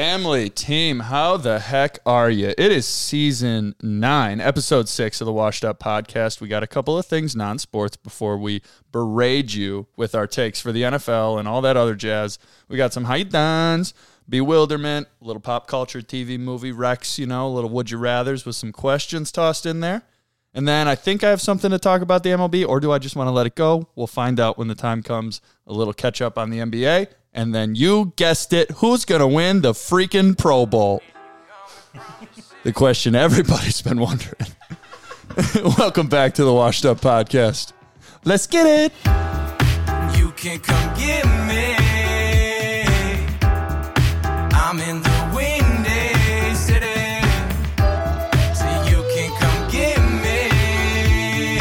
Family team, how the heck are you? It is season nine, episode six of the Washed Up Podcast. We got a couple of things non sports before we berate you with our takes for the NFL and all that other jazz. We got some high dons, bewilderment, a little pop culture, TV, movie, Rex, you know, a little would you rathers with some questions tossed in there. And then I think I have something to talk about the MLB, or do I just want to let it go? We'll find out when the time comes. A little catch up on the NBA. And then you guessed it. Who's going to win the freaking Pro Bowl? the question everybody's been wondering. Welcome back to the Washed Up Podcast. Let's get it. You can come get me. I'm in the windy city. So you can come get me.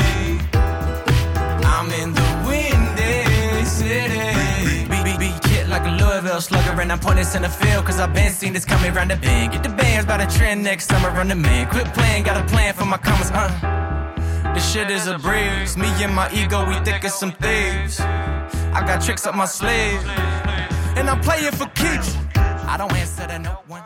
I'm in the windy city. Be, be, be kid like a Louisville slugger, and I'm pointing center field. Cause I've been seen this coming round the bend. Get the bands by the trend next summer, run the man. Quit playing, got a plan for my commas, uh. This shit is a breeze. Me and my ego, we thick as some thieves. I got tricks up my sleeve, and I'm playing for keeps. I don't answer to no one.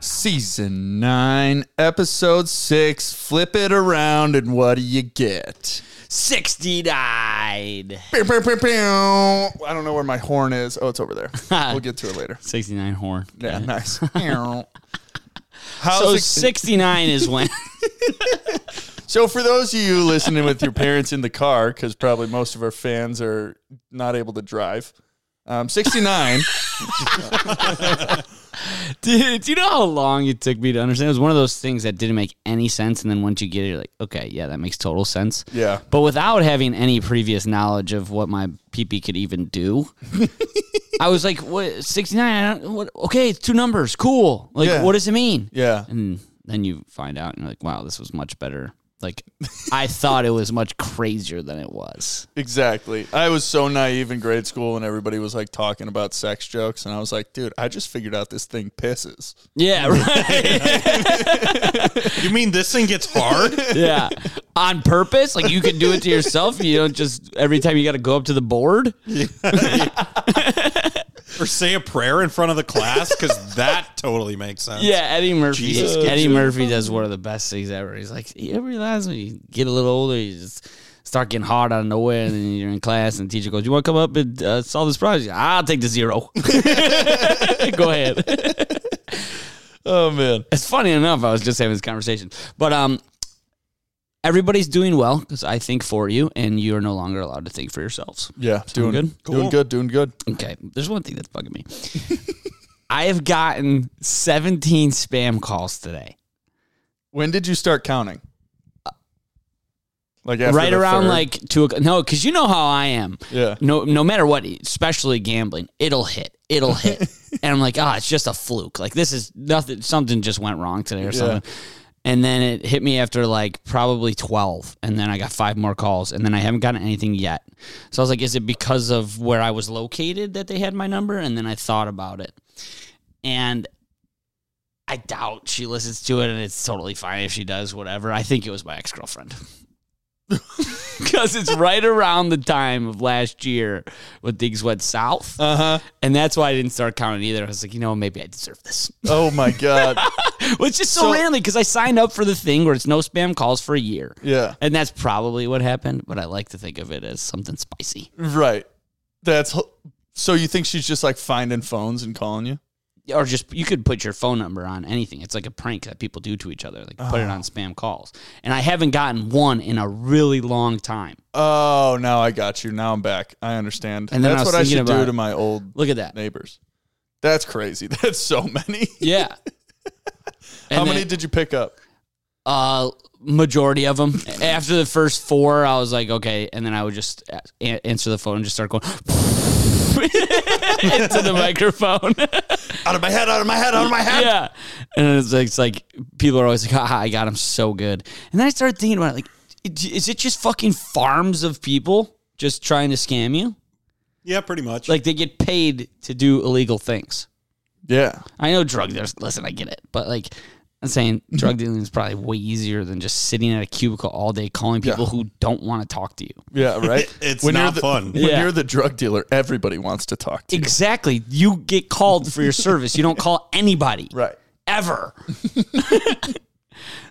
Season 9, Episode 6. Flip it around, and what do you get? 69. Pew, pew, pew, pew. I don't know where my horn is. Oh, it's over there. we'll get to it later. 69 horn. Yeah, Got it. nice. How's So it- 69 is when So for those of you listening with your parents in the car, because probably most of our fans are not able to drive, um, 69. Dude, do you know how long it took me to understand? It was one of those things that didn't make any sense and then once you get it you're like, okay, yeah, that makes total sense. yeah. But without having any previous knowledge of what my PP could even do, I was like, what 69? I don't, what okay, it's two numbers. Cool. Like Yeah. what does it mean? Yeah. And then you find out and you're like, wow, this was much better. Like I thought it was much crazier than it was. Exactly. I was so naive in grade school and everybody was like talking about sex jokes. And I was like, dude, I just figured out this thing pisses. Yeah, right. You mean this thing gets hard? yeah. On purpose? Like you can do it to yourself. You don't just every time you gotta go up to the board. or say a prayer in front of the class? Because that totally makes sense. Yeah, Eddie Murphy. Jesus, Eddie Murphy does one of the best things ever. He's like, you ever realize when you get a little older, you just start getting hard out of nowhere, and then you're in class, and the teacher goes, "You want to come up and uh, solve this problem?" He's like, I'll take the zero. go ahead. Oh, man. It's funny enough. I was just having this conversation, but um. Everybody's doing well because I think for you, and you are no longer allowed to think for yourselves. Yeah. Doing good? Doing Cool. good. Doing good. Okay, there's one thing that's bugging me. I have gotten 17 spam calls today. When did you start counting? Like after right the around third? like two o'clock. No, because you know how I am. Yeah. No, no matter what, especially gambling, it'll hit. It'll hit. and I'm like, ah, it's just a fluke. Like this is nothing. Something just went wrong today or something. And then it hit me after like probably 12. And then I got five more calls. And then I haven't gotten anything yet. So I was like, is it because of where I was located that they had my number? And then I thought about it. And I doubt she listens to it, and it's totally fine if she does, whatever. I think it was my ex girlfriend. Because it's right around the time of last year when things went south. Uh huh. And that's why I didn't start counting either. I was like, you know, maybe I deserve this. Oh, my God. Which is so, So- randomly because I signed up for the thing where it's no spam calls for a year. Yeah. And that's probably what happened, but I like to think of it as something spicy. Right. That's so you think she's just like finding phones and calling you? or just you could put your phone number on anything. It's like a prank that people do to each other. Like put it Ah. on spam calls. And I haven't gotten one in a really long time. Oh, now I got you. Now I'm back. I understand. And then I that's was what I thinking should do about- to my old Look at that. neighbors. That's crazy. That's so many. Yeah. How And many then, did you pick up? uh majority of them after the first four I was like okay and then I would just a- answer the phone and just start going into the microphone. Out of my head, out of my head, out of my head. yeah. And it's like, it's like people are always like, haha, I got him so good. And then I started thinking about it, like, i- is it just fucking farms of people just trying to scam you? Yeah, pretty much. Like they get paid to do illegal things. Yeah. I know drug there's listen, I get it. But like I'm saying Mm-hmm. drug dealing is probably way easier than just sitting at a cubicle all day calling people who don't want to talk to you. Yeah, right. It's you're not the- fun. When Yeah. you're the drug dealer, everybody wants to talk to you. Exactly. You get called for your service. You don't call anybody. Right. Ever.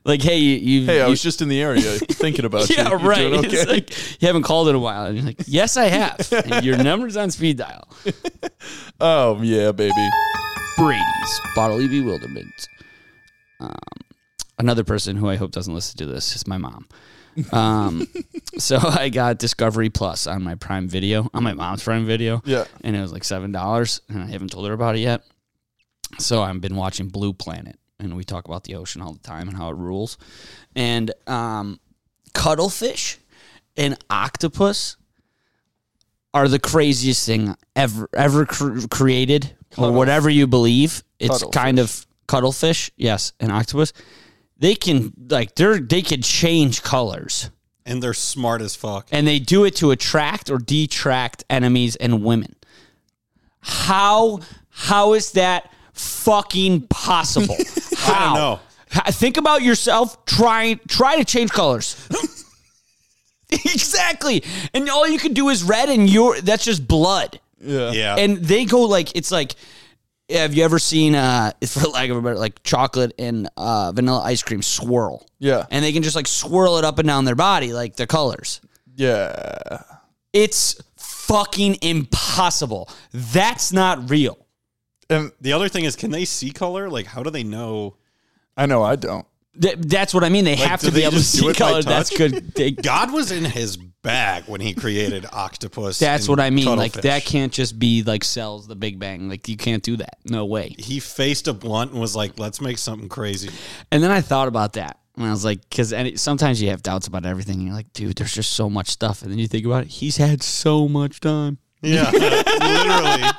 like, hey, you, you Hey, I you- was just in the area thinking about you. yeah, You doing right. okay? It's like you haven't called in a while, and you're like, yes, I have. and your number's on speed dial. oh yeah, baby. Brady's bodily bewilderment. Um, another person who I hope doesn't listen to this is my mom. Um, so I got Discovery Plus on my Prime Video, on my mom's Prime Video. Yeah. and it was like seven dollars, and I haven't told her about it yet. So I've been watching Blue Planet, and we talk about the ocean all the time and how it rules, and um, cuttlefish and octopus are the craziest thing ever ever cr- created or whatever you believe. It's Cuttlefish. kind of cuttlefish, yes, and octopus. They can like they're they can change colors, and they're smart as fuck. and they do it to attract or detract enemies and women. How how is that fucking possible? How? don't know. Ha- Think about yourself. Try try to change colors. exactly, and all you can do is red, and you're that's just blood yeah, and they go like it's like have you ever seen uh for lack of a better like chocolate and uh vanilla ice cream swirl Yeah. and they can just like swirl it up and down their body like the colors Yeah. it's fucking impossible that's not real And the other thing is, can they see color? Like, how do they know? I know I don't. Th- that's what i mean they have do to be they able to just do see it by color that's touch? good they- God was in his bag when he created octopus. that's and what i mean like cuttlefish. that can't just be like cells the big bang like you can't do that no way He faced a blunt and was like, "Let's make something crazy." And then I thought about that. And I was like, because sometimes you have doubts about everything. And you're like, dude, there's just so much stuff. And then you think about it. He's had so much time. Yeah, literally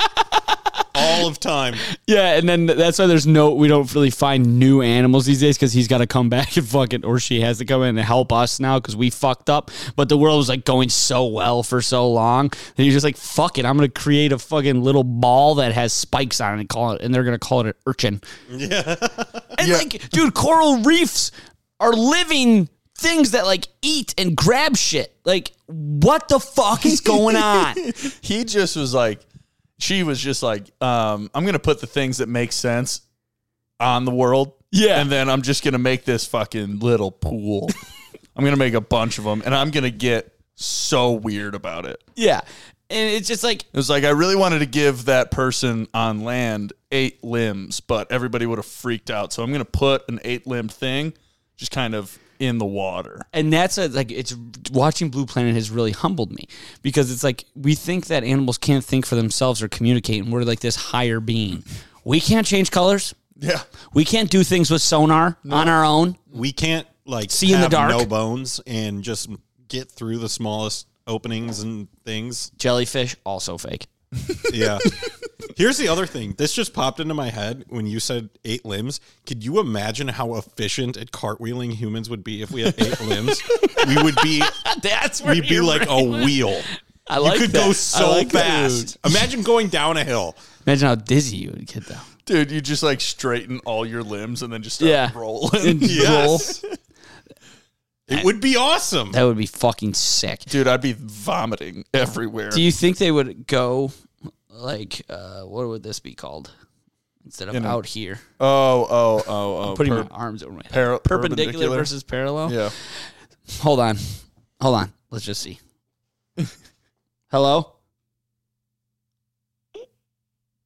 all of time. Yeah. And then that's why there's no, we don't really find new animals these days because he's got to come back and fucking, or she has to come in and help us now because we fucked up. But the world was like going so well for so long. And you're just like, fuck it. I'm going to create a fucking little ball that has spikes on it and call it, and they're going to call it an urchin. Yeah, And like, dude, coral reefs are living things that like eat and grab shit. Like, what the fuck is going on? He just was like, she was just like, um, I'm gonna put the things that make sense on the world. Yeah. And then I'm just gonna make this fucking little pool. I'm gonna make a bunch of them, and I'm gonna get so weird about it. yeah. And it's just like, It was like I really wanted to give that person on land eight limbs, but everybody would have freaked out. So I'm gonna put an eight limbed thing just kind of in the water. and that's a, like, it's watching Blue Planet has really humbled me because it's like, we think that animals can't think for themselves or communicate, and we're like this higher being. We can't change colors. Yeah. We can't do things with sonar on our own. we can't like See in the have dark. no bones, and just get through the smallest openings and things. Jellyfish, also fake. Yeah. Here's the other thing. This just popped into my head when you said eight limbs. Could you imagine how efficient at cartwheeling humans would be if we had eight limbs? We would be That's where we'd be your like brain a went. wheel. I like you could that. go I so like that. fast. Imagine going down a hill. Imagine how dizzy you would get though. Dude, you just like straighten all your limbs and then just start Yeah. rolling. Yes. It would be awesome. That would be fucking sick. Dude, I'd be vomiting everywhere. Do you think they would go like uh what would this be called? Instead of know. out here. oh, oh, oh, oh. Putting per- my arms over my head. para- perpendicular, versus parallel. Yeah. Hold on. Hold on. Let's just see. Hello?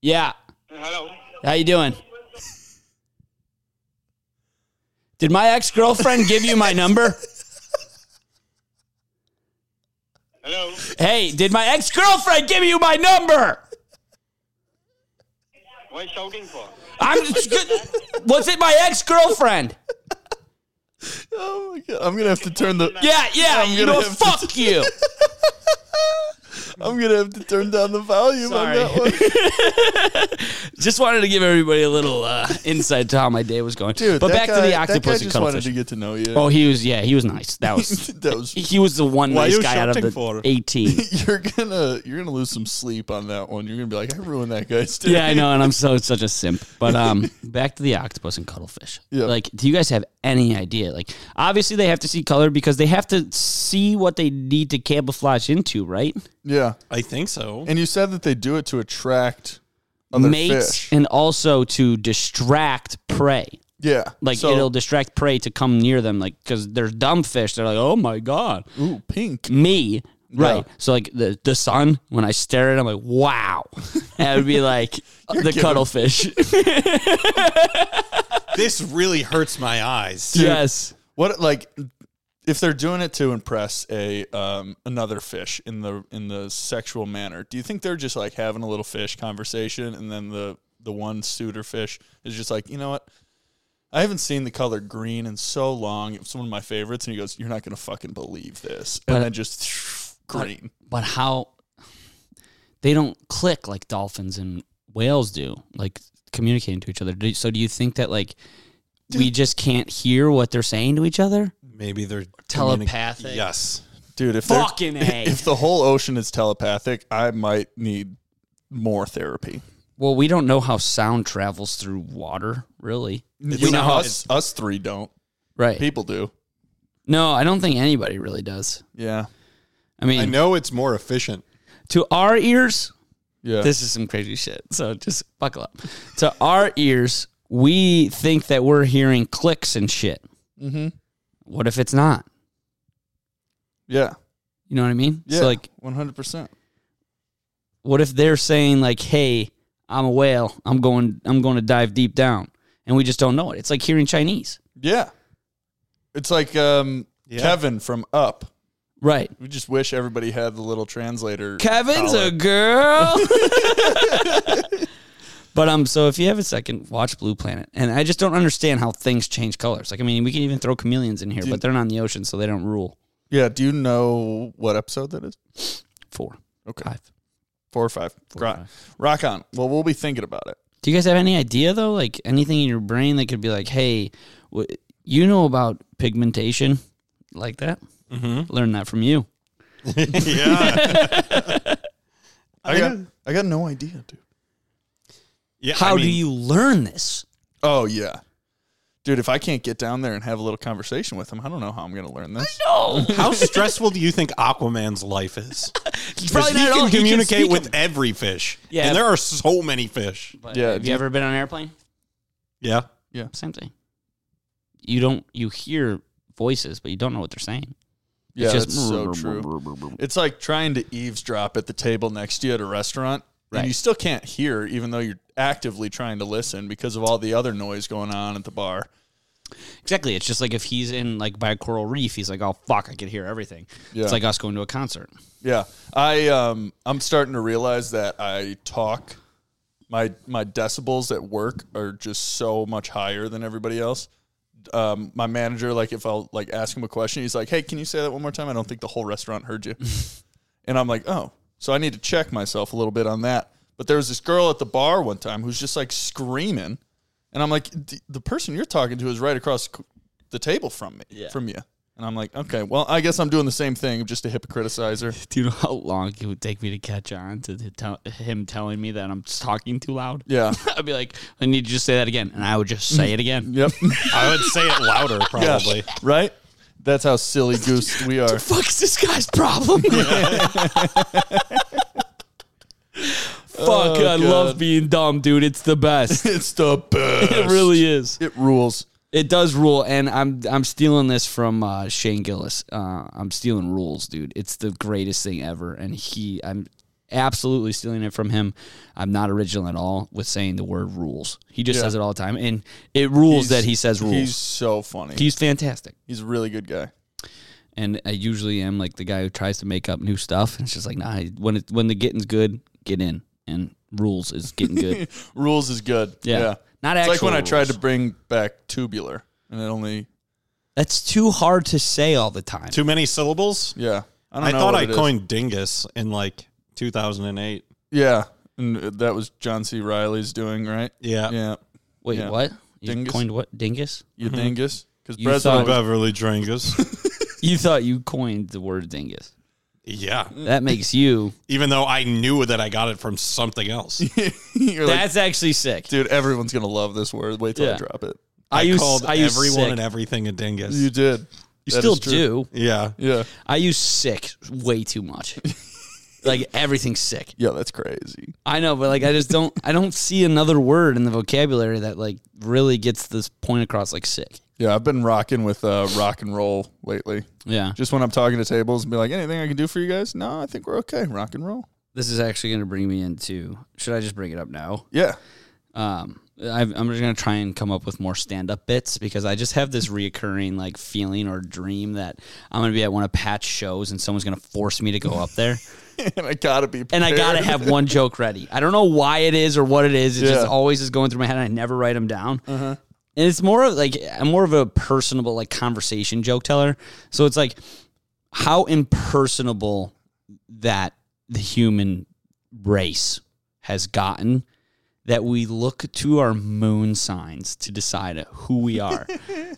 Yeah. Hello. How you doing? Did my ex-girlfriend give you my number? Hello. Hey, did my ex-girlfriend give you my number? What are you shouting for? I'm was it my ex-girlfriend? Oh my god. I'm gonna have to turn the Yeah, yeah. I'm You gonna know, have to- fuck you. I'm gonna have to turn down the volume Sorry. on that one. Just wanted to give everybody a little uh, insight to how my day was going. Dude, but that back to guy- the that guy octopus and just wanted cuttlefish. to get to know you. oh, he was yeah, he was nice. That was that was he was the one Why nice you guy out of shouting the for? eighteen. you're gonna you're gonna lose some sleep on that one. You're gonna be like, I ruined that guy's day. yeah, I know, and I'm so such a simp. But um, back to the octopus and cuttlefish. Yeah. Like, do you guys have any idea? Like, obviously they have to see color because they have to see what they need to camouflage into, right? Yeah. I think so. And you said that they do it to attract other Mates fish. and also to distract prey. Yeah. Like So- it'll distract prey to come near them, like because they're dumb fish. They're like, oh my god, Ooh, pink. me, right? Yeah. So like the the sun, when I stare at, it, I'm like, wow. That would be like the giving- cuttlefish. This really hurts my eyes. yes. What like if they're doing it to impress a um, another fish in the in the sexual manner, do you think they're just like having a little fish conversation and then the the one suitor fish is just like, you know what? I haven't seen the color green in so long. It's one of my favorites, and he goes, "You're not gonna fucking believe this," and But- then just green. but how they don't click like dolphins and whales do, like communicating to each other. Do, so do you think that like we just can't hear what they're saying to each other? Maybe they're Telepathic. yes. Dude, if they're- Fucking a. if the whole ocean is telepathic, I might need more therapy. well, we don't know how sound travels through water, really. You know, us us three don't. Right. People do. No, I don't think anybody really does. Yeah. I mean, I know it's more efficient. to our ears, Yeah. this is some crazy shit. So just buckle up. to our ears, we think that we're hearing clicks and shit. Mm-hmm. Mhm. What if it's not? yeah. You know what I mean? Yeah. So like one hundred percent. what if they're saying like hey i'm a whale i'm going i'm going to dive deep down and we just don't know it it's like hearing chinese Yeah. It's like um, Kevin from Up. right We just wish everybody had the little translator. kevin's collar. a girl but um so if you have a second watch blue planet and i just don't understand how things change colors like i mean we can even throw chameleons in here but they're not in the ocean so they don't rule yeah. Do you know what episode that is? four Okay. five Four or five. Rock, rock on. Well, we'll be thinking about it. do you guys have any idea though like anything in your brain that could be like hey wh- you know about pigmentation like that mm-hmm. learn that from you yeah. I got I got no idea, dude. yeah. How I mean, do you learn this? Oh yeah. Dude, if I can't get down there and have a little conversation with him, I don't know how I'm going to learn this. No, How stressful do you think Aquaman's life is? probably he not at all. can He can communicate speak with them. every fish. Yeah. And there are so many fish. Yeah, have do you you- ever been on an airplane? Yeah. Same thing. You don't. You hear voices, but you don't know what they're saying. Yeah, just- that's so true. It's like trying to eavesdrop at the table next to you at a restaurant, and Right. you still can't hear, even though you're actively trying to listen because of all the other noise going on at the bar. Exactly. It's just like if he's in like by a coral reef, he's like, "Oh fuck, I can hear everything." Yeah. It's like us going to a concert. Yeah, I um, I'm starting to realize that I talk my my decibels at work are just so much higher than everybody else. Um, my manager, like, if I'll like ask him a question, he's like, "Hey, can you say that one more time?" I don't think the whole restaurant heard you. and I'm like, "Oh, so I need to check myself a little bit on that." But there was this girl at the bar one time who's just like screaming, and I'm like, "D- "The person you're talking to is right across c- the table from me, from you." And I'm like, "Okay, well, I guess I'm doing the same thing, just to hypocriticize her." Do you know how long it would take me to catch on to the tell him telling me that I'm just talking too loud? Yeah. I'd be like, "I need to just say that again," and I would just say it again. Yep. I would say it louder, probably. right? That's how silly goose we are. fuck's this guy's problem? Fuck, I love being dumb, dude. It's the best. It's the best. it really is. It rules. It does rule, and I'm I'm stealing this from uh, Shane Gillis. Uh, I'm stealing rules, dude. It's the greatest thing ever, and he I'm absolutely stealing it from him. I'm not original at all with saying the word rules. He just Yeah. says it all the time, and it rules that he says rules. He's so funny. he's fantastic. He's a really good guy. and I usually am like the guy who tries to make up new stuff. And it's just like, nah, when it when the getting's good, get in. And rules is getting good. Rules is good. Yeah. Yeah. Not it's like actual when I tried rules. to bring back tubular and it only That's too hard to say all the time. Too many syllables? yeah. I don't I, know thought what I it is. coined dingus in like 2008. Yeah. And that was John C. Riley's doing, right? Yeah. Yeah. Wait, Yeah. what? You Dingus. coined what? Dingus? You dingus. Because Mm-hmm. You Breslin thought- was- Beverly Dringus. You thought you coined the word dingus. yeah. That makes you. Even though I knew that I got it from something else. you're like, That's actually sick. dude, everyone's going to love this word. Wait till I Yeah. drop it. I, I, use, called I use sick. everyone and everything a dingus. You did. You That still is true. do. yeah. Yeah. I use sick way too much. like everything's sick. Yeah, that's crazy. I know, but like I just don't I don't see another word in the vocabulary that like really gets this point across like sick. Yeah, I've been rocking with uh, rock and roll lately. Yeah. Just when I'm talking to tables and be like, anything I can do for you guys? No, I think we're okay. Rock and roll. This is actually going to bring me into Should I just bring it up now? Yeah. Um I've, I'm just going to try and come up with more stand up bits because I just have this reoccurring like feeling or dream that I'm going to be at one of Pat's shows and someone's going to force me to go up there. and I got to be and I gotta prepared. have one joke ready. I don't know why it is or what it is. It Yeah. just always is going through my head, and I never write them down. And it's more of like I'm more of a personable like conversation joke teller. So it's like how impersonable that the human race has gotten that we look to our moon signs to decide who we are.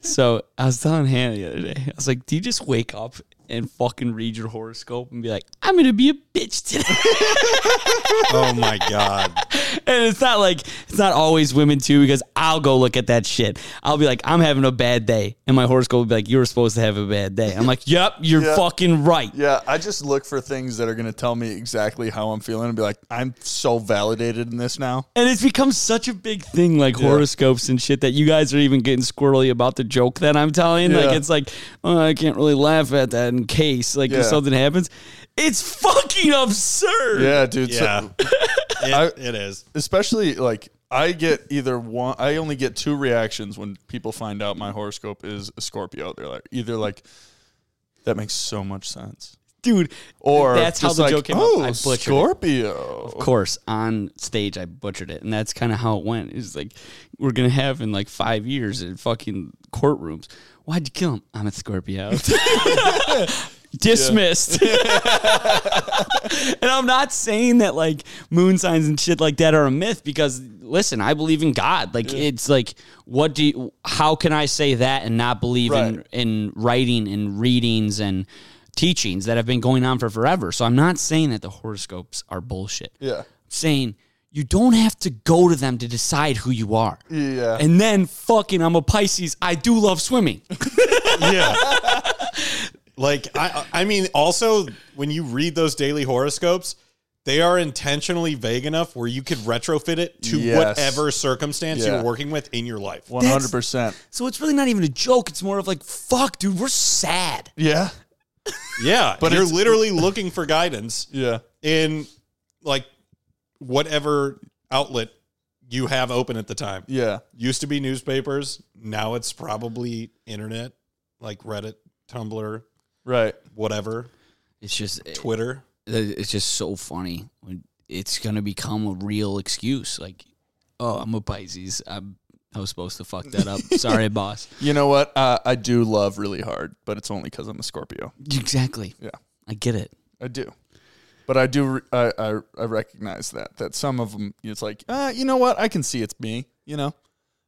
so I was telling Hannah the other day, I was like, do you just wake up and fucking read your horoscope and be like, I'm gonna be a bitch today? Oh my God. and it's not like it's not always women too because I'll go look at that shit. I'll be like, I'm having a bad day, and my horoscope will be like, you were supposed to have a bad day. I'm like, yep, you're Yeah. fucking right. Yeah, I just look for things that are going to tell me exactly how I'm feeling and be like, I'm so validated in this now. And it's become such a big thing, like horoscopes and shit, that you guys are even getting squirrely about the joke that I'm telling. Yeah. Like it's like, oh, I can't really laugh at that in case like Yeah. if something happens. It's fucking absurd. Yeah, dude. so- Yeah. It- it is. especially like I get either one. I only get two reactions when people find out my horoscope is a Scorpio. They're like either like that makes so much sense, dude. or that's how just the like, joke came Oh, up. I butchered it. Scorpio. of course, on stage I butchered it, and that's kind of how it went. It's like we're gonna have in like five years in fucking courtrooms. Why'd you kill him? I'm a Scorpio. Dismissed. and I'm not saying that like moon signs and shit like that are a myth because listen, I believe in God. Like it's like what do you, how can I say that and not believe in Right. in writing and readings and teachings that have been going on for forever. So I'm not saying that the horoscopes are bullshit. Yeah. I'm saying you don't have to go to them to decide who you are. Yeah. And then fucking I'm a Pisces. I do love swimming. yeah. Like I I mean also when you read those daily horoscopes, they are intentionally vague enough where you could retrofit it to Yes. whatever circumstance Yeah. you're working with in your life. One hundred percent. So it's really not even a joke. It's more of like, fuck, dude, we're sad. Yeah. Yeah. But you're it's- literally looking for guidance Yeah. in like whatever outlet you have open at the time. Yeah. Used to be newspapers, now it's probably internet, like Reddit, Tumblr, Right. whatever, It's just Twitter. it's just so funny. when It's gonna become a real excuse. Like, oh, I'm a Pisces. I'm I was supposed to fuck that up. Sorry, boss. You know what? Uh, I do love really hard, but it's only because I'm a Scorpio. Exactly. Yeah. I get it. I do. But I do. re- I, I I recognize that that some of them. It's like, uh, you know what? I can see it's me. You know,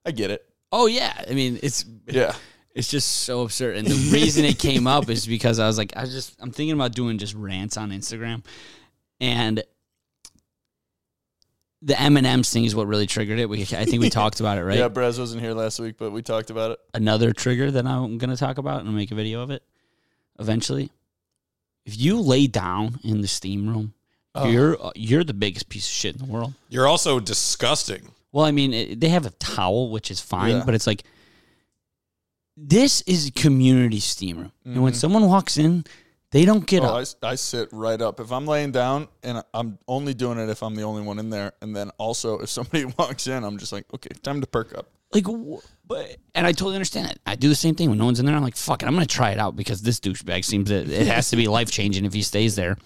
I get it. Oh yeah. I mean, it's Yeah. It's just so absurd. And the reason it came up is because I was like, I just, I'm thinking about doing just rants on Instagram. And the M&M's thing is what really triggered it. We, I think we talked about it, right? Yeah, Brez wasn't here last week, but we talked about it. Another trigger that I'm going to talk about and I'll make a video of it eventually. If you lay down in the steam room, you're, you're the biggest piece of shit in the world. You're also disgusting. Well, I mean, it, they have a towel, which is fine, Yeah. but it's like this is a community steam room, and when someone walks in, they don't get Mm-hmm. Oh, I, up. s- I sit right up. If I'm laying down, and I'm only doing it if I'm the only one in there, and then also if somebody walks in, I'm just like, okay, time to perk up. like, wh- but and I totally understand it. I do the same thing when no one's in there. I'm like, fuck it, I'm gonna try it out because this douchebag seems that it has to be life changing if he stays there.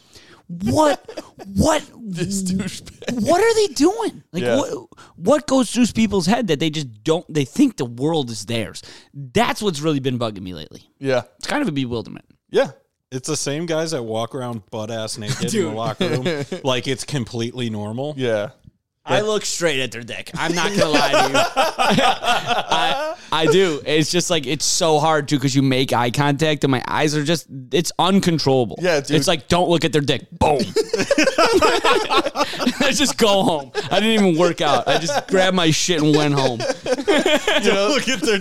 What? What? This douchebag. What are they doing? Like Yeah. what what goes through people's head that they just don't they think the world is theirs. That's what's really been bugging me lately. Yeah, It's kind of a bewilderment. yeah. It's the same guys that walk around butt ass naked in the locker room like it's completely normal. Yeah. I look straight at their dick. I'm not gonna lie to you. I, I do. It's just like it's so hard too because you make eye contact and my eyes are just it's uncontrollable. Yeah, dude. It's like don't look at their dick. Boom. I just go home. I didn't even work out. I just grabbed my shit and went home. Look at their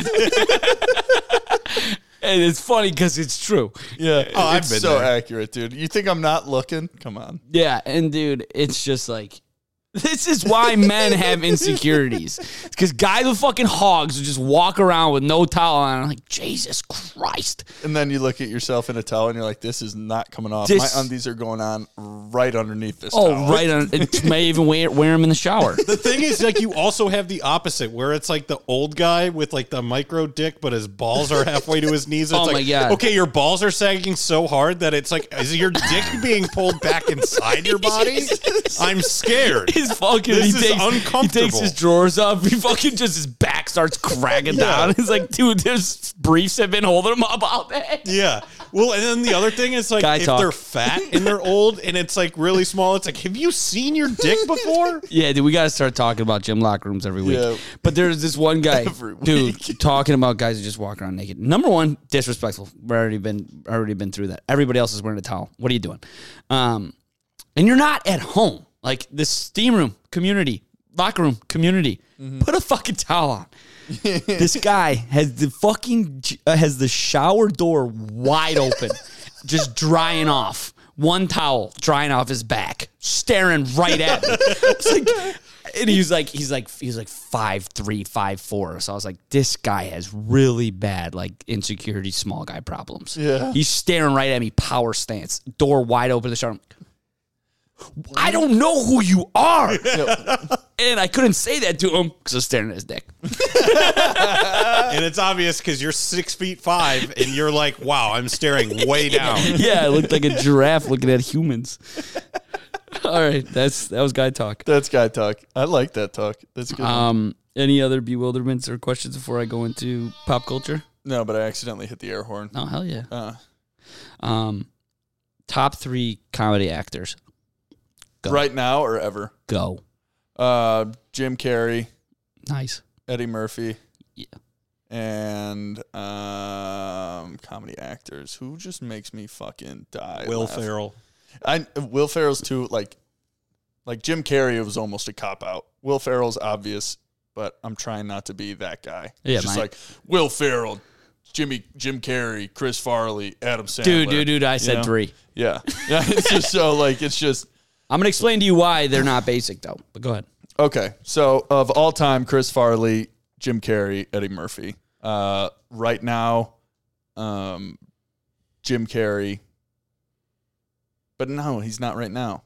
And it's funny because it's true. Yeah. Oh, I've it's been so there. accurate, dude. You think I'm not looking? Come on. Yeah, and dude, it's just like this is why men have insecurities. Because guys with fucking hogs who just walk around with no towel on, I'm like, Jesus Christ. And then you look at yourself in a towel and you're like, this is not coming off. This- My undies are going on right underneath this Oh, towel. right on. It may even wear, wear them in the shower. The thing is, like, you also have the opposite, where it's like the old guy with like the micro dick, but his balls are halfway to his knees. It's Oh like, my God. okay, your balls are sagging so hard that it's like, is your dick being pulled back inside your body? I'm scared. He's fucking. This he is takes, He takes uncomfortable. his drawers up. He fucking just his back starts cracking down. He's like, dude, those briefs have been holding him up all day. Yeah. Well, and then the other thing is like Guy if talk. they're fat and they're old and it's like really small, it's like, have you seen your dick before? Yeah, dude, we gotta start talking about gym locker rooms every week. Yeah. But there's this one guy, Every dude, talking about guys who just walk around naked. Number one, disrespectful. We've already been already been through that. Everybody else is wearing a towel. What are you doing? Um, and you're not at home. Like this steam room community, locker room community. Mm-hmm. Put a fucking towel on. this guy has the fucking uh, has the shower door wide open, just drying off. One towel drying off his back, staring right at me. It's like, and he's like, he's like, he's like five three, five four. So I was like, this guy has really bad like insecurity, small guy problems. Yeah. he's staring right at me, power stance, door wide open. The shower. I'm like, I don't know who you are, and I couldn't say that to him because I was staring at his dick. And it's obvious because you're six feet five and you're like, wow, I'm staring way down. yeah, I looked like a giraffe looking at humans. All right, that's that was guy talk. That's guy talk. I like that talk. That's good. Um, any other bewilderments or questions before I go into pop culture? no, but I accidentally hit the air horn. Oh hell yeah. Uh, Um, top three comedy actors. Go. right now or ever? Go. Uh, Jim Carrey, Nice. Eddie Murphy. Yeah. And um, comedy actors who just makes me fucking die. Will laughing. Ferrell. I Will Ferrell's too like like Jim Carrey was almost a cop out. Will Ferrell's obvious, but I'm trying not to be that guy. Yeah, just mine- like Will Ferrell, Jimmy Jim Carrey, Chris Farley, Adam Sandler. Dude, dude, dude. I you said know? three. Yeah, yeah. It's just so like it's just I'm gonna explain to you why they're not basic though. But go ahead. okay. So of all time, Chris Farley, Jim Carrey, Eddie Murphy. Uh, right now, um, Jim Carrey. But no, he's not right now.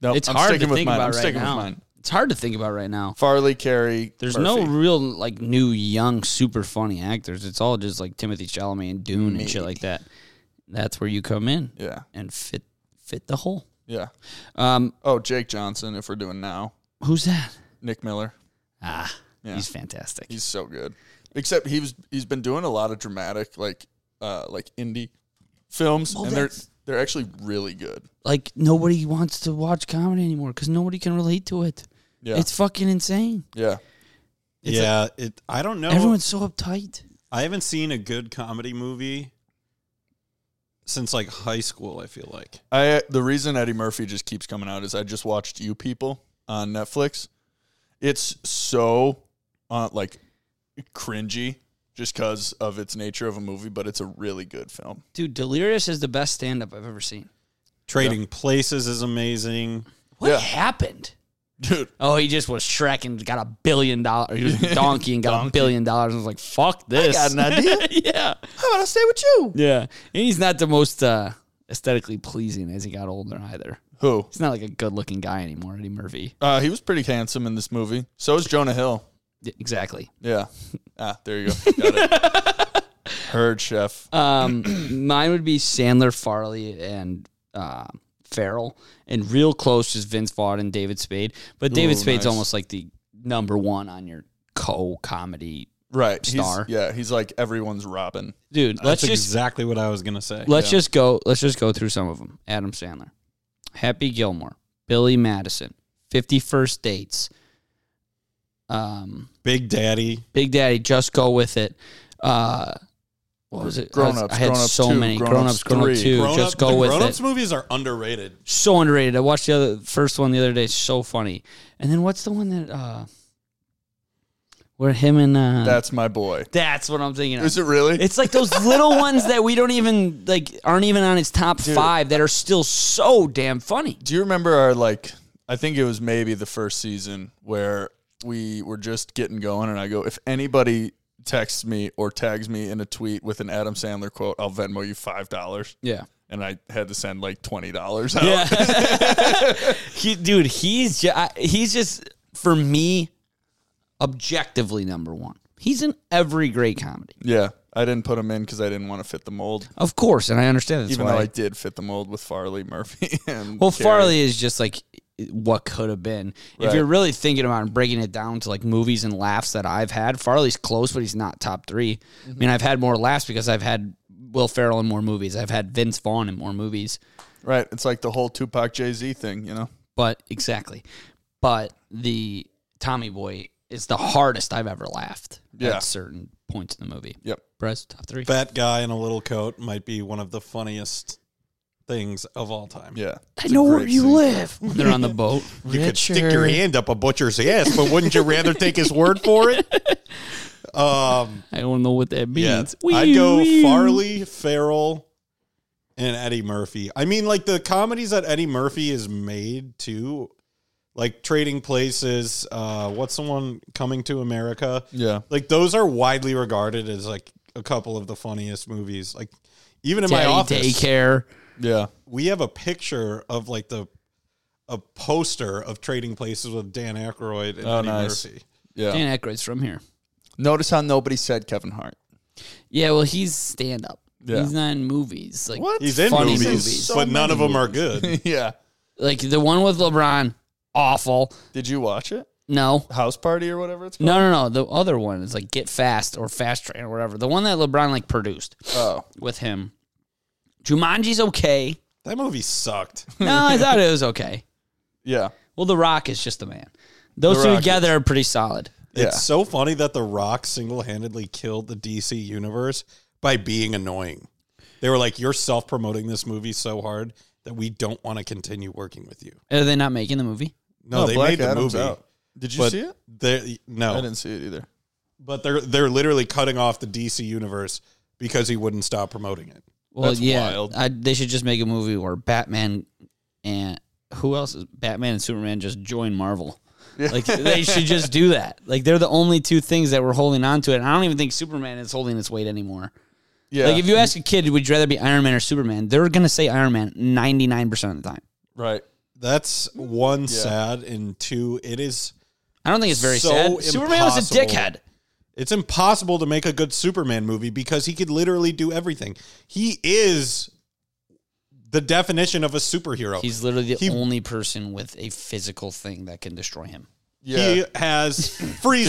No, It's I'm hard to sticking with think mine. about I'm right sticking with now. mine. It's hard to think about right now. Farley, Carey. There's Murphy. no real like new young super funny actors. It's all just like Timothy Chalamet and Dune and shit like that. That's where you come in Yeah, and fit fit the hole. yeah. Um, Oh, Jake Johnson. If we're doing now, who's that? Nick Miller. Ah, Yeah. he's fantastic. He's so good. Except he was he's been doing a lot of dramatic like uh like indie films, and they're they're actually really good. like nobody wants to watch comedy anymore because nobody can relate to it. Yeah, It's fucking insane. yeah. yeah. it, I don't Oh. know. Everyone's so uptight. I haven't seen a good comedy movie since like high school, I feel like. I uh, the reason Eddie Murphy just keeps coming out is I just watched You People on Netflix. It's so uh, like cringy just because of its nature of a movie, but it's a really good film. Dude, Delirious is the best stand up I've ever seen. Trading Places is amazing. What Yeah. happened? Dude, Oh, he just was Shrek and got a billion dollars. He was a donkey and got a billion dollars. and was like, fuck this. got an idea. yeah. how about I stay with you? Yeah. And he's not the most uh, aesthetically pleasing as he got older either. Who? He's not like a good looking guy anymore, Eddie Murphy. Uh, he was pretty handsome in this movie. So is Jonah Hill. Yeah, exactly. Yeah. Ah, there you go. Got it. Heard, chef. Um, mine would be Sandler, Farley, and uh, Farrell, and real close is Vince Vaughn and David Spade. But David Ooh, Spade's nice. almost like the number one on your co comedy right he's- star. yeah, he's like everyone's Robin. Dude, let's That's just exactly what I was gonna say. let's just go let's just go through some of them. Adam Sandler, Happy Gilmore, Billy Madison, 51st Dates. Um Big Daddy. Big Daddy, just go with it. Uh, what was it? Grown I was- Ups, I had Grown Ups so 2, many Grown grown Ups ups, grown up 3. two. Grown just up, go the with grown-ups it. movies are underrated. So underrated. I watched the other first one the other day. So funny. And then what's the one that uh, where him and uh, That's my boy. that's what I'm thinking. Of. Is it really? It's like those little ones that we don't even like aren't even on its top five that are still so damn funny. Do you remember our like? I think it was maybe the first season where we were just getting going, and I go, if anybody texts me or tags me in a tweet with an Adam Sandler quote, I'll Venmo you five dollars. Yeah. And I had to send like twenty dollars out. Yeah. he, dude, he's ju- I- he's just for me objectively number 1. He's in every great comedy. Yeah, I didn't put him in because I didn't want to fit the mold, Of course, and I understand that's even why. though I did fit the mold with Farley Murphy. And well, Carrie. Farley is just like what could have been. If Right. you're really thinking about and breaking it down to like movies and laughs that I've had, Farley's close, but he's not top 3. I mean, I've had more laughs because I've had Will Ferrell in more movies. I've had Vince Vaughn in more movies. right? It's like the whole Tupac Jay Z thing, you know? But exactly. But the Tommy Boy is the hardest I've ever laughed Yeah. at certain points in the movie. Yep. Brez, top three. Fat guy in a little coat might be one of the funniest things of all time. Yeah, I know where great you scene. live. They're on the boat. You could stick your hand up a butcher's ass, but wouldn't you rather take his word for it? Um, I don't know what that yeah, means. I'd Wee- go wee. Farley, Farrell, and Eddie Murphy. I mean, like the comedies that Eddie Murphy has made too, like Trading Places. Uh, what's the one Coming to America? yeah. Like those are widely regarded as like a couple of the funniest movies. Like even in my Daddy office, daycare. Yeah. we have a picture of like the a poster of Trading Places with Dan Aykroyd and Oh, Eddie nice. Murphy. Yeah. Dan Aykroyd's from here. Notice how nobody said Kevin Hart. Yeah, well, he's stand up. Yeah. He's not in movies. Like What? He's in Funny movies, movies. but none of them are good. yeah. like the one with LeBron, awful. Did you watch it? No. House Party or whatever it's called? No, no, no. The other one is like Get Fast or Fast Train or whatever. The one that LeBron like produced Oh. with him. Jumanji's okay. that movie sucked. No, I thought it was okay. Yeah. Well, The Rock is just the man. Those The two Rock together are pretty solid. Yeah. It's so funny that The Rock single handedly killed the DC universe by being annoying. They were like, "You're self promoting this movie so hard that we don't want to continue working with you." Are they not making the movie? No, they Black made the Adam's movie, out. Did you but see it? they I no, didn't see it either. but they're they're literally cutting off the DC universe because he wouldn't stop promoting it. Well, That's yeah. wild. I, they should just make a movie where Batman and who else is Batman and Superman just join Marvel. Like they should just do that. Like they're the only two things that we're holding on to it. And I don't even think Superman is holding its weight anymore. Yeah. Like if you ask a kid, would you rather be Iron Man or Superman? They're gonna say Iron Man ninety nine percent of the time. right. That's one sad and two it is I don't think it's very So sad. Superman was a impossible. dickhead. it's impossible to make a good Superman movie because he could literally do everything. He is the definition of a superhero. He's literally the He- only person with a physical thing that can destroy him. Yeah. He has freeze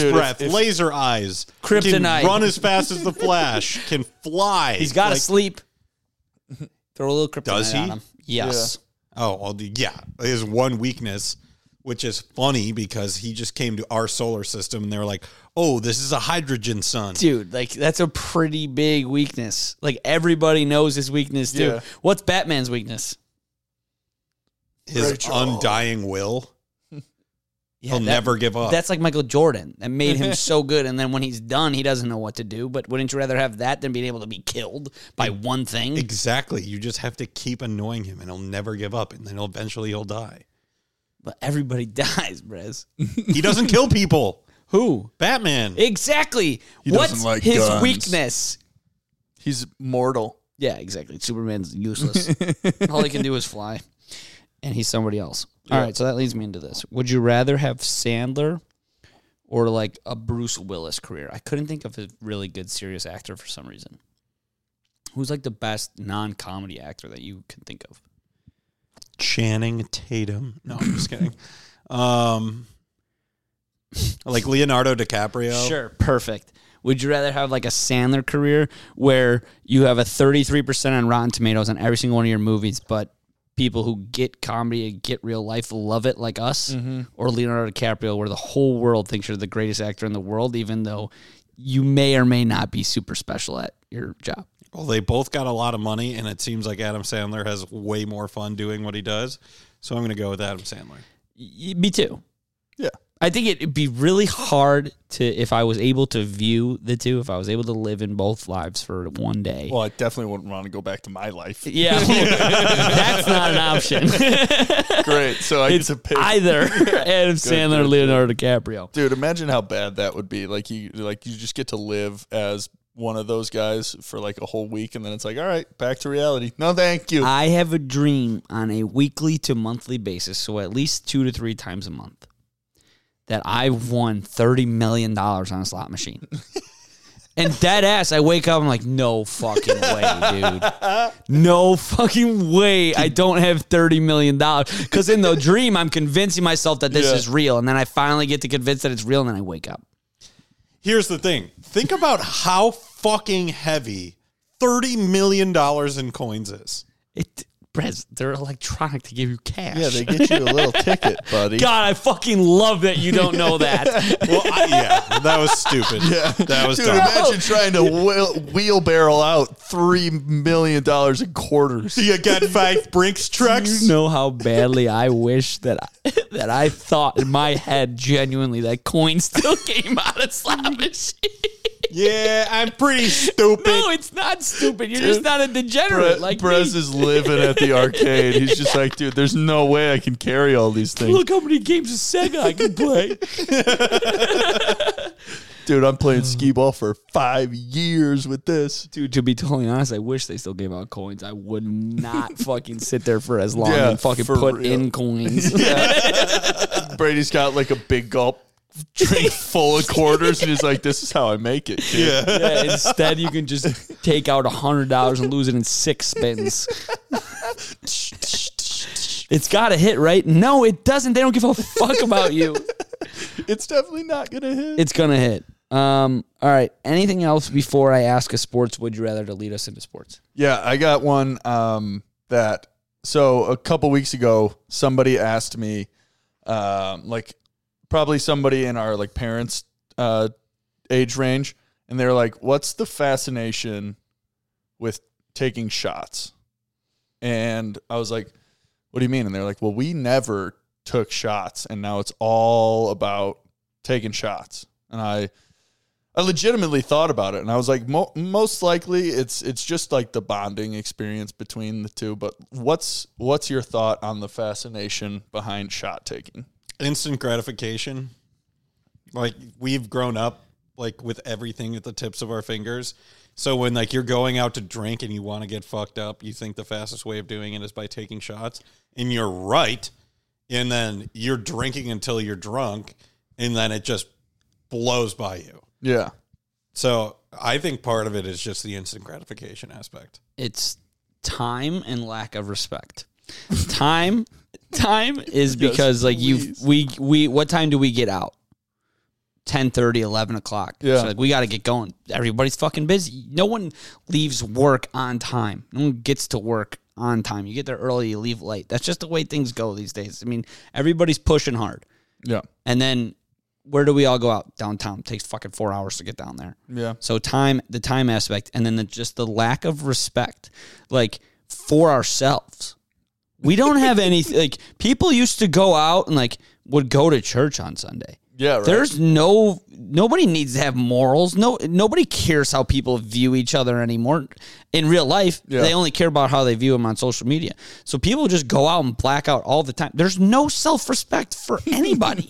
Dude, if- breath, if- laser eyes, Kryptonite. can run as fast as the Flash, can fly. He's got to Like- sleep. Throw a little kryptonite Does he? on him. Yes. Oh, well, the- yeah. His one weakness, which is funny because he just came to our solar system and they were like, "Oh, this is a hydrogen sun." Dude, like that's a pretty big weakness. Like everybody knows his weakness too. Yeah. What's Batman's weakness? His Rachel. undying will. Yeah, He'll that- never give up. That's like Michael Jordan. That made him so good. And then when he's done, he doesn't know what to do. But wouldn't you rather have that than being able to be killed by one thing? Exactly. You just have to keep annoying him and he'll never give up and then he'll eventually he'll die. But everybody dies, Brez. He doesn't kill people. Who? Batman. Exactly. He doesn't What's like his guns. weakness? He's mortal. Yeah, exactly. Superman's useless. All he can do is fly, and he's somebody else. All right, so that leads me into this. Would you rather have Sandler or like a Bruce Willis career? I couldn't think of a really good serious actor for some reason. Who's like the best non-comedy actor that you can think of? Channing Tatum. No, I'm just kidding. Um like Leonardo DiCaprio. Sure, perfect. Would you rather have like a Sandler career where you have a 33% on Rotten Tomatoes on every single one of your movies, but people who get comedy and get real life love it like us? Or Leonardo DiCaprio, where the whole world thinks you're the greatest actor in the world, even though you may or may not be super special at your job? Well, they both got a lot of money, and it seems like Adam Sandler has way more fun doing what he does. So I'm going to go with Adam Sandler. Y- Me too. Yeah. I think it'd be really hard to if I was able to view the two, if I was able to live in both lives for one day. Well, I definitely wouldn't want to go back to my life. yeah, that's not an option. Great. So I get to pick. Either Adam Sandler, or Leonardo DiCaprio. Dude, imagine how bad that would be. Like you, like you just get to live as one of those guys for like a whole week, and then it's like, all right, back to reality. No, thank you. I have a dream on a weekly to monthly basis, so at least two to three times a month, that I've won thirty million dollars on a slot machine. and dead ass, I wake up, I'm like, no fucking way, dude. No fucking way. I don't have thirty million dollars because in the dream, I'm convincing myself that this Yeah. is real, and then I finally get to convince that it's real, and then I wake up. Here's the thing think about how fucking heavy $30 million in coins is. It, Brez, they're electronic to give you cash. yeah, they get you a little ticket, buddy. God, I fucking love that you don't know that. Well, I, yeah, that was stupid. Yeah, that was Dude, dumb. imagine trying to wheel, wheelbarrow out three million dollars in quarters. You got five Brinks trucks? you know how badly I wish that I, that I thought in my head genuinely that coin still came out of slot machine. Yeah, I'm pretty stupid. No, it's not stupid. You're just not a degenerate Bre- like Brez me. is living at the arcade. He's just like, dude, there's no way I can carry all these things. Look how many games of Sega I can play. Dude, I'm playing skee ball for five years with this. Dude, to be totally honest, I wish they still gave out coins. I would not fucking sit there for as long Yeah, and fucking for put real. in coins. Brady's got like a big gulp drink full of quarters, and he's like, this is how I make it. Kid. Yeah. Yeah, instead, you can just take out hundred dollars and lose it in six spins. it's got to hit, right? No, it doesn't. They don't give a fuck about you. It's definitely not going to hit. It's gonna hit. Um. All right. Anything else before I ask a sports? Would you rather to lead us into sports? Yeah, I got one um, that. So a couple weeks ago, somebody asked me, um, like, probably somebody in our like parents' uh, age range, and they're like, "What's the fascination with taking shots?" And I was like, "What do you mean?" And they're like, "Well, we never took shots, and now it's all about taking shots." And I I legitimately thought about it, and I was like, mo- most likely it's it's just like the bonding experience between the two. But what's what's your thought on the fascination behind shot taking? Instant gratification. Like we've grown up like with everything at the tips of our fingers. So when like you're going out to drink and you want to get fucked up, you think the fastest way of doing it is by taking shots, and you're right. And then you're drinking until you're drunk, and then it just blows by you. Yeah, So I think part of it is just the instant gratification aspect. It's time and lack of respect. Time, time is because like you please. we we what time do we get out? 10 11 o'clock Yeah. So, like we got to get going everybody's fucking busy no one leaves work on time no one gets to work on time you get there early you leave late that's just the way things go these days i mean everybody's pushing hard yeah, and then where do we all go out downtown takes fucking four hours to get down there yeah, so time, the time aspect, and then the, just the lack of respect, like for ourselves. We don't have any like people used to go out and like would go to church on Sunday. yeah. Right. There's no nobody needs to have morals. No nobody cares how people view each other anymore. In real life, Yeah. they only care about how they view them on social media. So people just go out and black out all the time. There's no self-respect for anybody.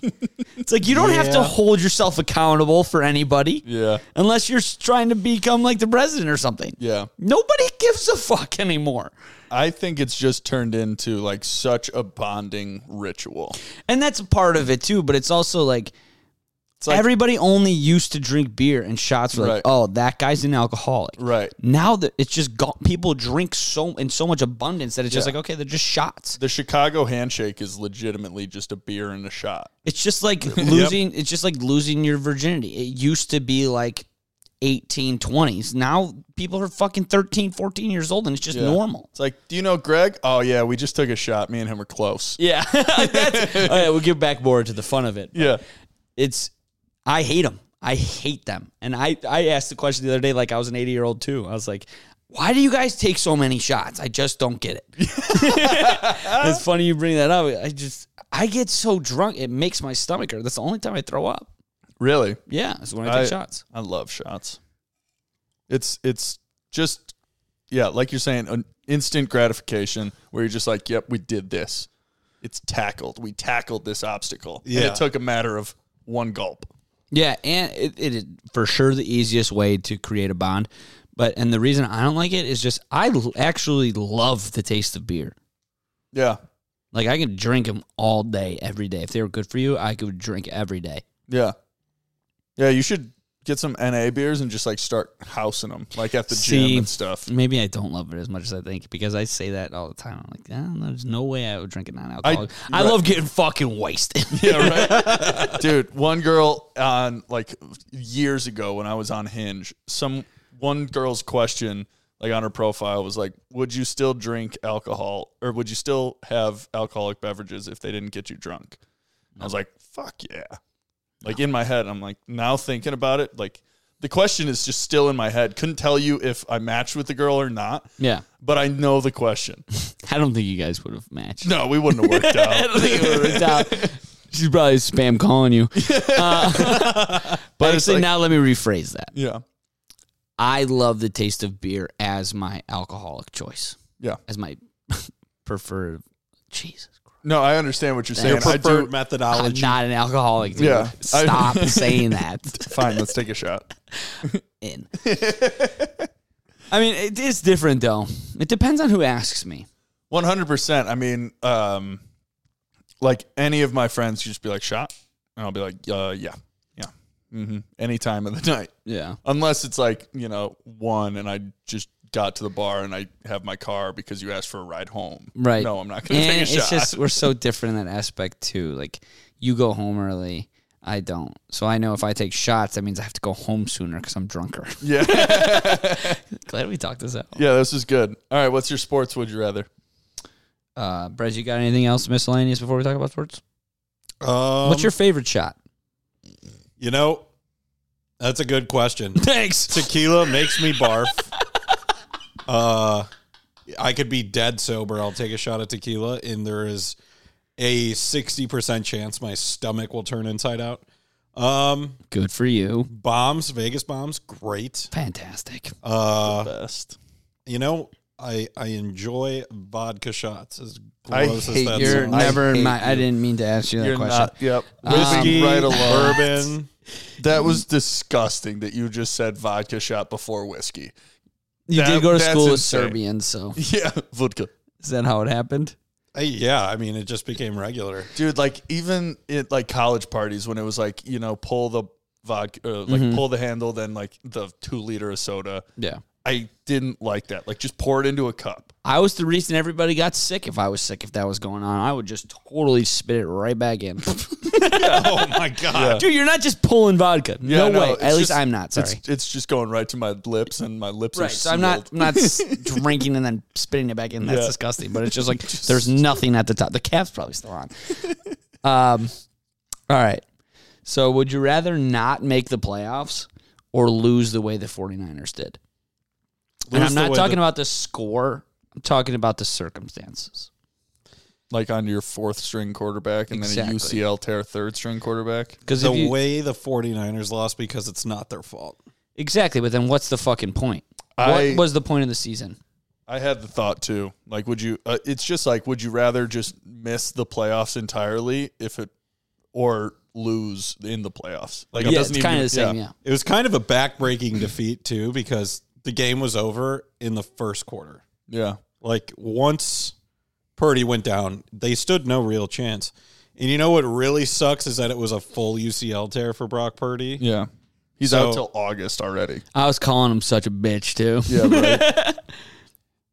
it's like you don't have to hold yourself accountable for anybody. Yeah. Unless you're s- trying to become like the president or something. yeah. Nobody gives a fuck anymore. I think it's just turned into like such a bonding ritual. And that's a part of it too, but it's also like like- everybody only used to drink beer and shots were Right. like, oh, that guy's an alcoholic. Right. Now that it's just gone, people drink so in so much abundance that it's just Yeah. like, okay, they're just shots. The Chicago handshake is legitimately just a beer and a shot. It's just like losing. It's just like losing your virginity. It used to be like 18, 20s. Now people are fucking 13, 14 years old and it's just Yeah. normal. It's like, do you know Greg? Oh yeah, we just took a shot. Me and him were close. Yeah. That's, all right, we'll get back more to the fun of it. Yeah. It's, I hate them. I hate them. And I, I asked the question the other day, like I was an 80 year old too. I was like, why do you guys take so many shots? I just don't get it. it's funny you bring that up. I just, I get so drunk. It makes my stomach hurt. That's the only time I throw up. Really? Yeah. That's when I take I- shots. I love shots. It's it's just yeah, like you're saying, an instant gratification where you're just like, yep, we did this. It's tackled. We tackled this obstacle. And Yeah. it took a matter of one gulp. Yeah, and it, it is for sure the easiest way to create a bond. But and the reason I don't like it is just I l- actually love the taste of beer. Yeah. Like I could drink them all day, every day. If they were good for you, I could drink every day. Yeah. Yeah, you should get some NA beers and just like start housing them, like at the See, gym and stuff. Maybe I don't love it as much as I think because I say that all the time. I'm like, "Ah, there's no way I would drink it non-alcoholic. I, right. love getting fucking wasted. dude one girl on like years ago when i was on hinge some one girl's question like on her profile was like would you still drink alcohol or would you still have alcoholic beverages if they didn't get you drunk And i was like fuck yeah like in my head i'm like now thinking about it like the question is just still in my head couldn't tell you if i matched with the girl or not yeah, but i know the question I don't think you guys would have matched. no we wouldn't have worked out I don't think it would have worked out. She's probably spam calling you. Uh, but it's actually, like- now let me rephrase that. yeah I love the taste of beer as my alcoholic choice, yeah as my preferred. Jesus, Christ. no i understand what you're saying Your I do- preferred I'm methodology. not an alcoholic. Dude. Yeah. stop I- saying that. fine let's take a shot In. I mean, it is different though. It depends on who asks me. One hundred percent. I mean, um, like any of my friends, just be like shot, and I'll be like, uh, yeah, yeah, hmm any time of the night, Yeah, unless it's like you know one, and I just got to the bar and I have my car because you asked for a ride home. right. No, I'm not going to And take a it's shot. just we're so different in that aspect too. Like you go home early, I don't. So I know if I take shots, that means I have to go home sooner because I'm drunker. yeah, Glad we talked this out. yeah. This is good. All right, what's your sports? Would you rather? Uh, Brez, you got anything else miscellaneous before we talk about sports? Um, What's your favorite shot? You know, that's a good question. Thanks. Tequila makes me barf. Uh, I could be dead sober. I'll take a shot of tequila, and there is a sixty percent chance my stomach will turn inside out. Um, Good for you. bombs, Vegas bombs, great. Fantastic. Uh, Best. you know, I I enjoy vodka shots. As I gross hate as that You're sounds. I never in hate my. I you. didn't mean to ask you that You're question. Um, not. Yep. Whiskey, Moving right along. bourbon. That was disgusting. That you just said vodka shot before whiskey. you That- did go to that's school with insane. Serbians, so Yeah, vodka. is that how it happened? I- yeah, I mean, it just became regular. dude like even at like college parties when it was like you know pull the vodka uh, like pull the handle then like the two liter of soda Mm-hmm. Yeah. i didn't like that like just pour it into a cup I was the reason everybody got sick. If I was sick, if that was going on, I would just totally spit it right back in. Oh my god! Dude, you're not just pulling vodka. no, way. it's At least just- I'm not. Sorry. it's, it's just going right to my lips and my lips are Right, so I'm not I'm sealed. not s- drinking and then spitting it back in. That's Yeah. disgusting. But it's just like there's nothing at the top. The cap's probably still on. Um, all right. So would you rather not make the playoffs or lose the way the 49ers did? and Lose I'm the not way talking the- about the score. I'm talking about the circumstances. like on your fourth string quarterback and Exactly. then a ucl tear third string quarterback Because The you, way the 49ers lost because it's not their fault. exactly, but then what's the fucking point? I- what was the point of the season? i had the thought too like would you uh, it's just like would you rather just miss the playoffs entirely if it or lose in the playoffs like yeah, it's kind of the yeah. same. Yeah. It was kind of a backbreaking defeat too, because the game was over in the first quarter. yeah Like once Purdy went down, they stood no real chance. And you know what really sucks is that it was a full UCL tear for Brock Purdy. Yeah. He's So- out till August already. I was calling him such a bitch too. Yeah, right.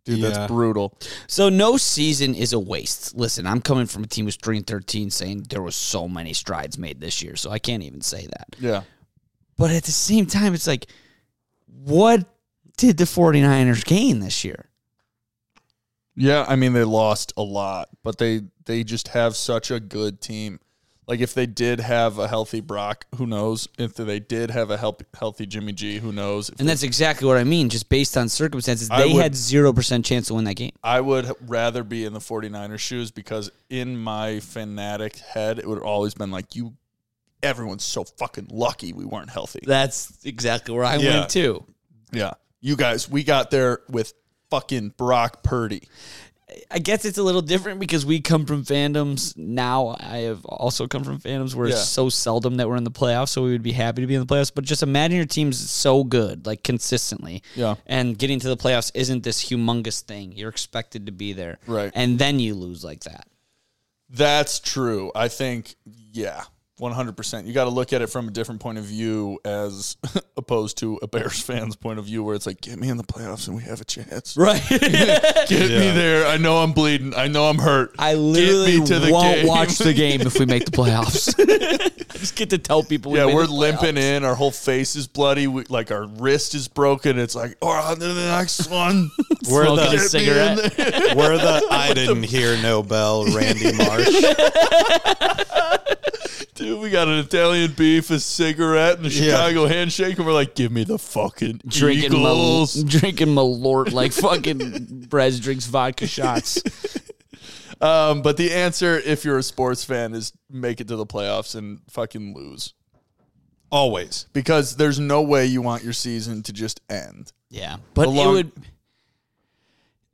Dude, Yeah. that's brutal. So no season is a waste. Listen, I'm coming from a team who's three and thirteen, saying there was so many strides made this year, so I can't even say that. Yeah. But at the same time, it's like what did the 49ers gain this year? Yeah, I mean they lost a lot, but they they just have such a good team. Like if they did have a healthy Brock, who knows? If they did have a help, healthy Jimmy G, who knows? If And that's exactly what I mean, just based on circumstances. I They would- had 0% chance to win that game. I would rather be in the 49ers shoes because in my fanatic head, it would have always been like, you, everyone's so fucking lucky we weren't healthy. That's exactly where I Yeah. went too. yeah. You guys, we got there with fucking Brock Purdy. I guess it's a little different because we come from fandoms. Now I have also come from fandoms where Yeah. it's so seldom that we're in the playoffs, so we would be happy to be in the playoffs. But just imagine your team's so good, like consistently. Yeah. And getting to the playoffs isn't this humongous thing. You're expected to be there. Right. And then you lose like that. That's true. I think, yeah, 100%. You got to look at it from a different point of view as opposed to a Bears fan's point of view where it's like, get me in the playoffs and we have a chance. Right. Get me there. I know I'm bleeding. I know I'm hurt. I Get me literally to the won't game. watch the game if we make the playoffs. just get to tell people. We yeah, made we're the limping playoffs. in. Our whole face is bloody. We, like our wrist is broken. It's like, oh, on to the next one. We're Smoking the- a cigarette. We're the I didn't hear no bell, Randy Marsh. Dude, we got an Italian beef, a cigarette, and a Yeah. Chicago handshake, and we're like, give me the fucking drinking mal- Eagles. drinking Malort like fucking Brez drinks vodka shots. Um, but the answer, if you're a sports fan, is make it to the playoffs and fucking lose Always. because there's no way you want your season to just end. Yeah, but long- it would.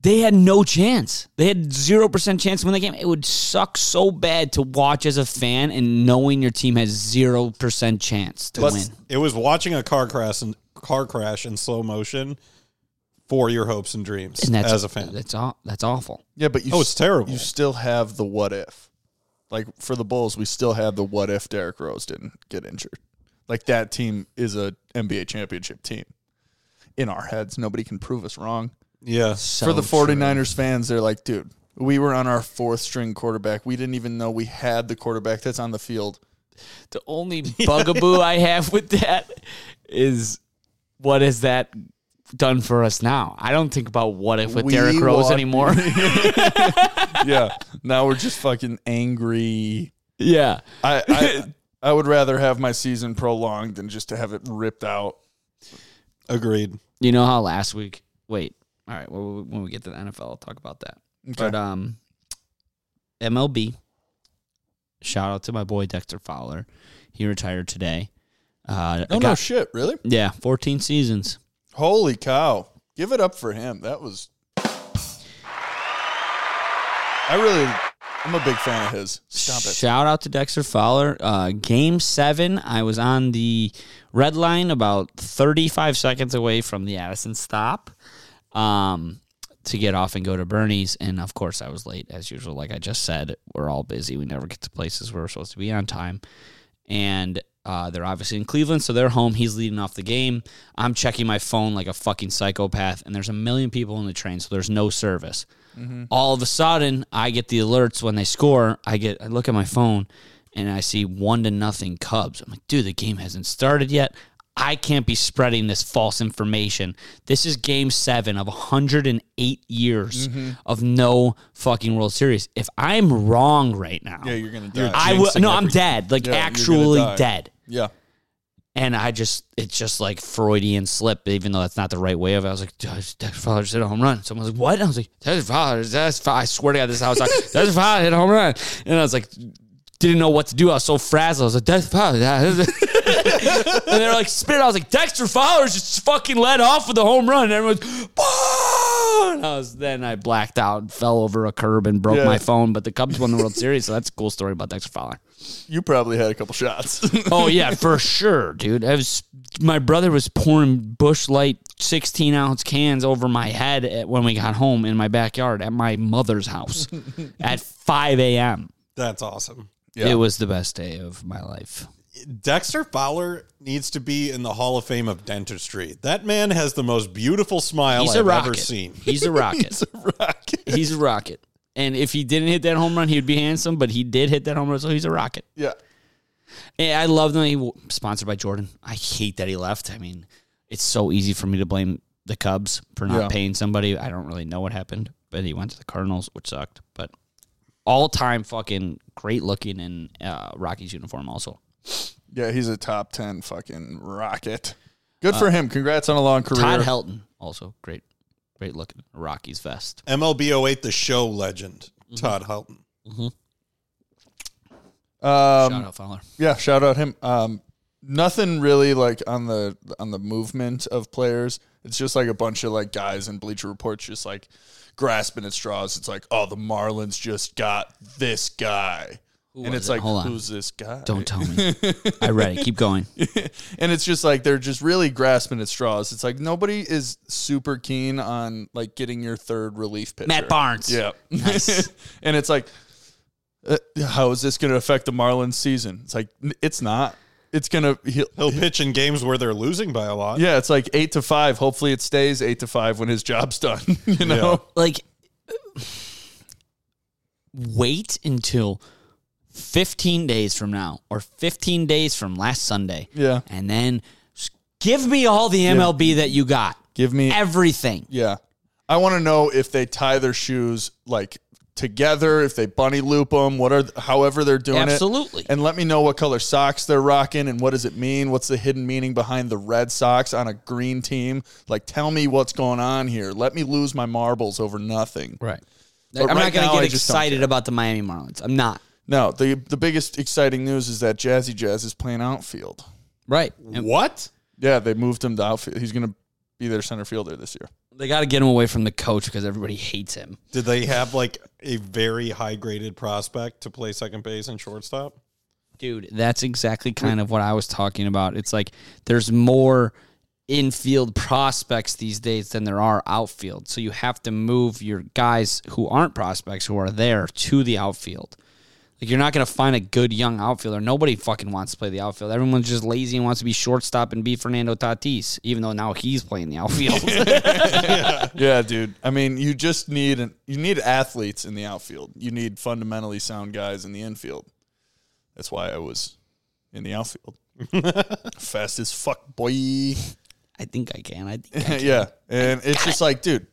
They had no chance. They had zero percent chance to win the game. It would suck so bad to watch as a fan and knowing your team has zero percent chance to win. It was watching a car crash and car crash in slow motion for your hopes and dreams And that's as a fan. That's all. That's awful. Yeah, but you Oh, it's s- terrible. You still have the what if. Like for the Bulls, we still have the what if Derrick Rose didn't get injured. Like that team is a NBA championship team. In our heads, nobody can prove us wrong. Yeah. for the 49ers fans, they're like, dude, we were on our fourth string quarterback. We didn't even know we had the quarterback that's on the field. The only bugaboo I have with that is what has that done for us now? I don't think about what if with We Derrick Rose want- anymore. yeah. Now we're just fucking angry. yeah. I, I I would rather have my season prolonged than just to have it ripped out. Agreed. You know how last week? Wait. All right. Well, when we get to the NFL, I'll talk about that. But um, MLB. Shout out to my boy Dexter Fowler. He retired today. Uh, No, no got- shit, really? yeah, 14 seasons. Holy cow. Give it up for him. That was. I really. I'm a big fan of his. Stop it. Shout out to Dexter Fowler. Uh, game seven, I was on the red line about 35 seconds away from the Addison stop um, to get off and go to Bernie's. And of course, I was late as usual. Like I just said, we're all busy. We never get to places where we're supposed to be on time. And uh, they're obviously in Cleveland, so they're home. He's leading off the game. I'm checking my phone like a fucking psychopath, and there's a million people in the train, so there's no service all of a sudden I get the alerts when they score. I get I look at my phone and I see one to nothing Cubs. I'm like, dude, the game hasn't started yet. I can't be spreading this false information. This is game seven of 108 years Mm-hmm. of no fucking World Series. If I'm wrong right now, Yeah, you're going to die. I will. No, I'm dead. Like Yeah, you're gonna actually die. dead. yeah. And I just, it's just like Freudian slip, even though that's not the right way of it. I was like, Dexter Fowler just hit a home run. Someone was like, what? And I was like, Dexter Fowler, that's Fowler. I swear to God, this house, Dexter Fowler hit a home run. And I was like, didn't know what to do. I was so frazzled. I was like, Dexter Fowler. that- and they were like, spit. it. I was like, Dexter Fowler just fucking led off with a home run. And everyone's, "Bah!" and I was, then I blacked out and fell over a curb and broke Yeah. my phone. But the Cubs won the World Series, so that's a cool story about Dexter Fowler. You probably had a couple shots. Oh yeah, for sure, dude. I was my brother was pouring Bush Light sixteen ounce cans over my head at, when we got home in my backyard at my mother's house at five a.m. That's awesome. Yeah. It was the best day of my life. Dexter Fowler needs to be in the Hall of Fame of dentistry. That man has the most beautiful smile He's a I've rocket. ever seen. He's a rocket. He's a rocket. And if he didn't hit that home run, he would be handsome. But he did hit that home run, so he's a rocket. yeah. And I love that he w- sponsored by Jordan. I hate that he left. I mean, it's so easy for me to blame the Cubs for not Yeah. paying somebody. I don't really know what happened, but he went to the Cardinals, which sucked. But all time fucking great looking in uh, Rockies uniform also. Yeah, he's a top ten fucking rocket. Good for him. Congrats on a long career. Todd Helton also great, great looking Rockies vest. MLB 08, the show legend, Mm-hmm. Todd Helton. um, Shout out Fowler. Yeah, shout out him. Um, nothing really like on the on the movement of players. It's just like a bunch of like guys in Bleacher Reports just like grasping at straws. It's like, oh, the Marlins just got this guy, and was it's it? like, Hold on. who's this guy? Don't tell me. I read it. Keep going. and it's just like they're just really grasping at straws. It's like nobody is super keen on like getting your third relief pitcher. Matt Barnes. Yeah. Nice. and it's like, uh, how is this going to affect the Marlins season? It's like n- it's not. It's gonna he'll, He'll pitch in games where they're losing by a lot. Yeah, it's like eight to five. Hopefully, it stays eight to five when his job's done. You know, like wait until 15 days from now or 15 days from last Sunday. Yeah. And then s- give me all the MLB that you got. give me. Everything. yeah, I want to know if they tie their shoes like together, if they bunny loop them, what are however they're doing it. Absolutely. And let me know what color socks they're rocking and what does it mean? What's the hidden meaning behind the red socks on a green team? Like, tell me what's going on here. Let me lose my marbles over nothing. Right. But I'm right not going now, to get I just don't excited about the Miami Marlins. I'm not. No, the the biggest exciting news is that Jazzy Jazz is playing outfield. Right. What? Yeah, they moved him to outfield. He's going to be their center fielder this year. They got to get him away from the coach because everybody hates him. Did they have like a very high graded prospect to play second base and shortstop? Dude, that's exactly kind of what I was talking about. It's like there's more infield prospects these days than there are outfield. So you have to move your guys who aren't prospects who are there to the outfield. Like you're not going to find a good young outfielder. Nobody fucking wants to play the outfield. Everyone's just lazy and wants to be shortstop and be Fernando Tatis, even though now he's playing the outfield. Yeah, dude. I mean, you just need an, you need athletes in the outfield. You need fundamentally sound guys in the infield. That's why I was in the outfield. Fast as fuck, boy. I think I can. I think yeah, and it's just like, dude,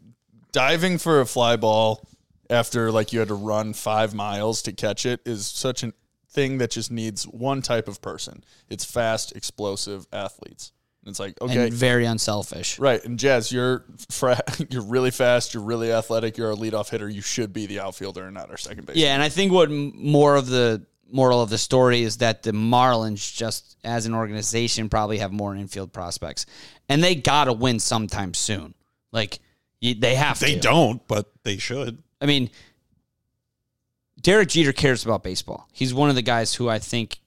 diving for a fly ball after like you had to run five miles to catch it is such a thing that just needs one type of person. It's fast, explosive athletes. And it's like, okay, and very unselfish. Right, and Jazz, you're fra- you're really fast, you're really athletic, you're a leadoff hitter. You should be the outfielder and not our second base. Yeah, and I think what m- more of the moral of the story is that the Marlins, just as an organization, probably have more infield prospects, and they gotta win sometime soon. Like you, they have They to. don't, but they should. I mean, Derek Jeter cares about baseball. He's one of the guys who I think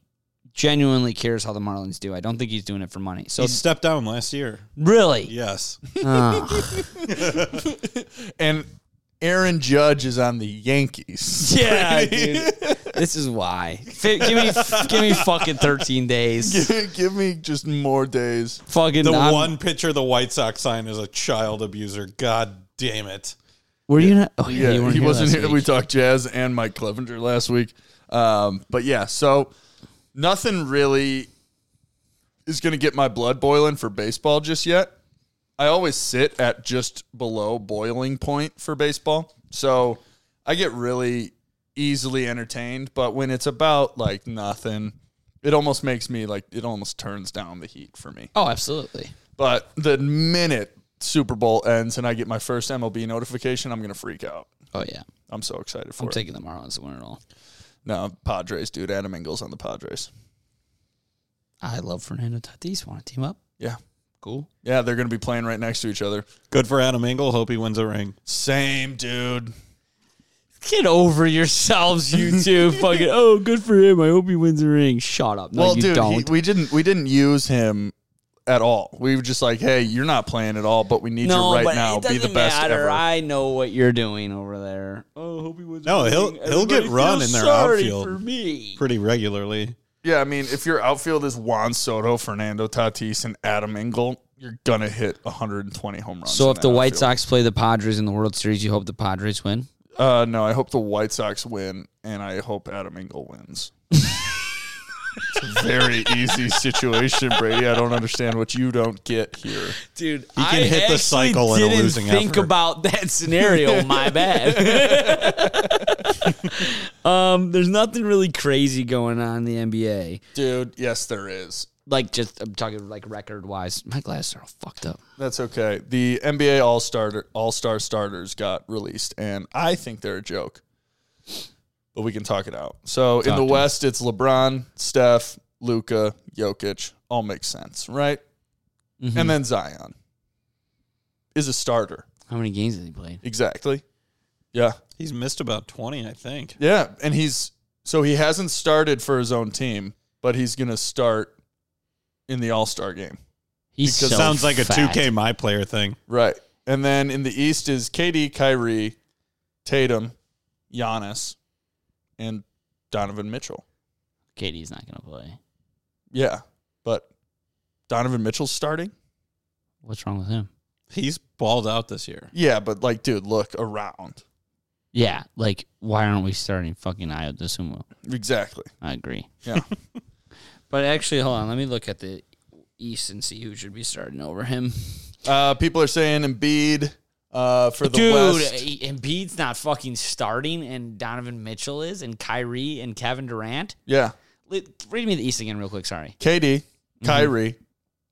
genuinely cares how the Marlins do. I don't think he's doing it for money. So He stepped down last year. really, Yes. Ah. and Aaron Judge is on the Yankees. yeah, dude. This is why. Fi give me, give me fucking thirteen days. Give me just more days. Fucking The I'm- one pitcher the White Sox signed is a child abuser. God damn it. Were you not? Oh, yeah, Yeah, you weren't he wasn't last here. week. We talked Jazz and Mike Clevenger last week. Um, but yeah, so nothing really is going to get my blood boiling for baseball just yet. I always sit at just below boiling point for baseball. So I get really easily entertained, but when it's about like nothing, it almost makes me like it almost turns down the heat for me. Oh, absolutely. But the minute Super Bowl ends and I get my first MLB notification, I'm going to freak out. Oh yeah, I'm so excited for I'm it. taking the Marlins to win it all. No, Padres, dude. Adam Ingles on the Padres. I love Fernando Tatis. Want to team up? Yeah. Cool. Yeah, they're going to be playing right next to each other. Good for Adam Engel. Hope he wins a ring. Same, dude. Get over yourselves, you two. Fucking oh, good for him. I hope he wins a ring. Shut up. No, well, you dude, he, don't. we didn't we didn't use him at all. We were just like, hey, you're not playing at all, but we need no, you but right now. it Be doesn't the best matter. ever. I know what you're doing over there. Oh, hope he wins. No, a he'll- ring. he'll get Everybody run feels in their sorry outfield. For me, Pretty regularly. yeah, I mean, if your outfield is Juan Soto, Fernando Tatis, and Adam Engel, you're gonna hit 120 home runs. so in if that the White outfield. Sox play the Padres in the World Series, you hope the Padres win. uh, no, I hope the White Sox win, and I hope Adam Engel wins. It's a very easy situation, Brady. I don't understand what you don't get here. Dude, can I hit the actually cycle in a didn't losing think effort. about that scenario. My bad. um, there's nothing really crazy going on in the NBA. Dude, yes, there is. Like just I'm talking like record wise. My glasses are all fucked up. That's okay. The NBA All Star All Star starters got released, and I think they're a joke. But we can talk it out. So in the West, it's LeBron, Steph, Luca, Jokic. All makes sense, right? And then Zion is a starter. How many games has he played? Exactly. Yeah. He's missed about 20, I think. Yeah, and he's so he hasn't started for his own team, but he's going to start in the All Star game, He's Because- so Sounds like a fat. 2K my player thing. right? And then in the East is KD, Kyrie, Tatum, Giannis, and Donovan Mitchell. KD's not gonna play. Yeah, but Donovan Mitchell's starting. What's wrong with him? He's balled out this year. Yeah, but like, dude, look around. Yeah, like why aren't we starting fucking Io DeSumo? Exactly. I agree. Yeah. But actually, hold on. Let me look at the East and see who should be starting over him. uh, people are saying Embiid uh, for the Dude, West. E- Embiid's not fucking starting, and Donovan Mitchell is, and Kyrie and Kevin Durant. Yeah, Li- Read me the East again, real quick. Sorry. KD, Kyrie.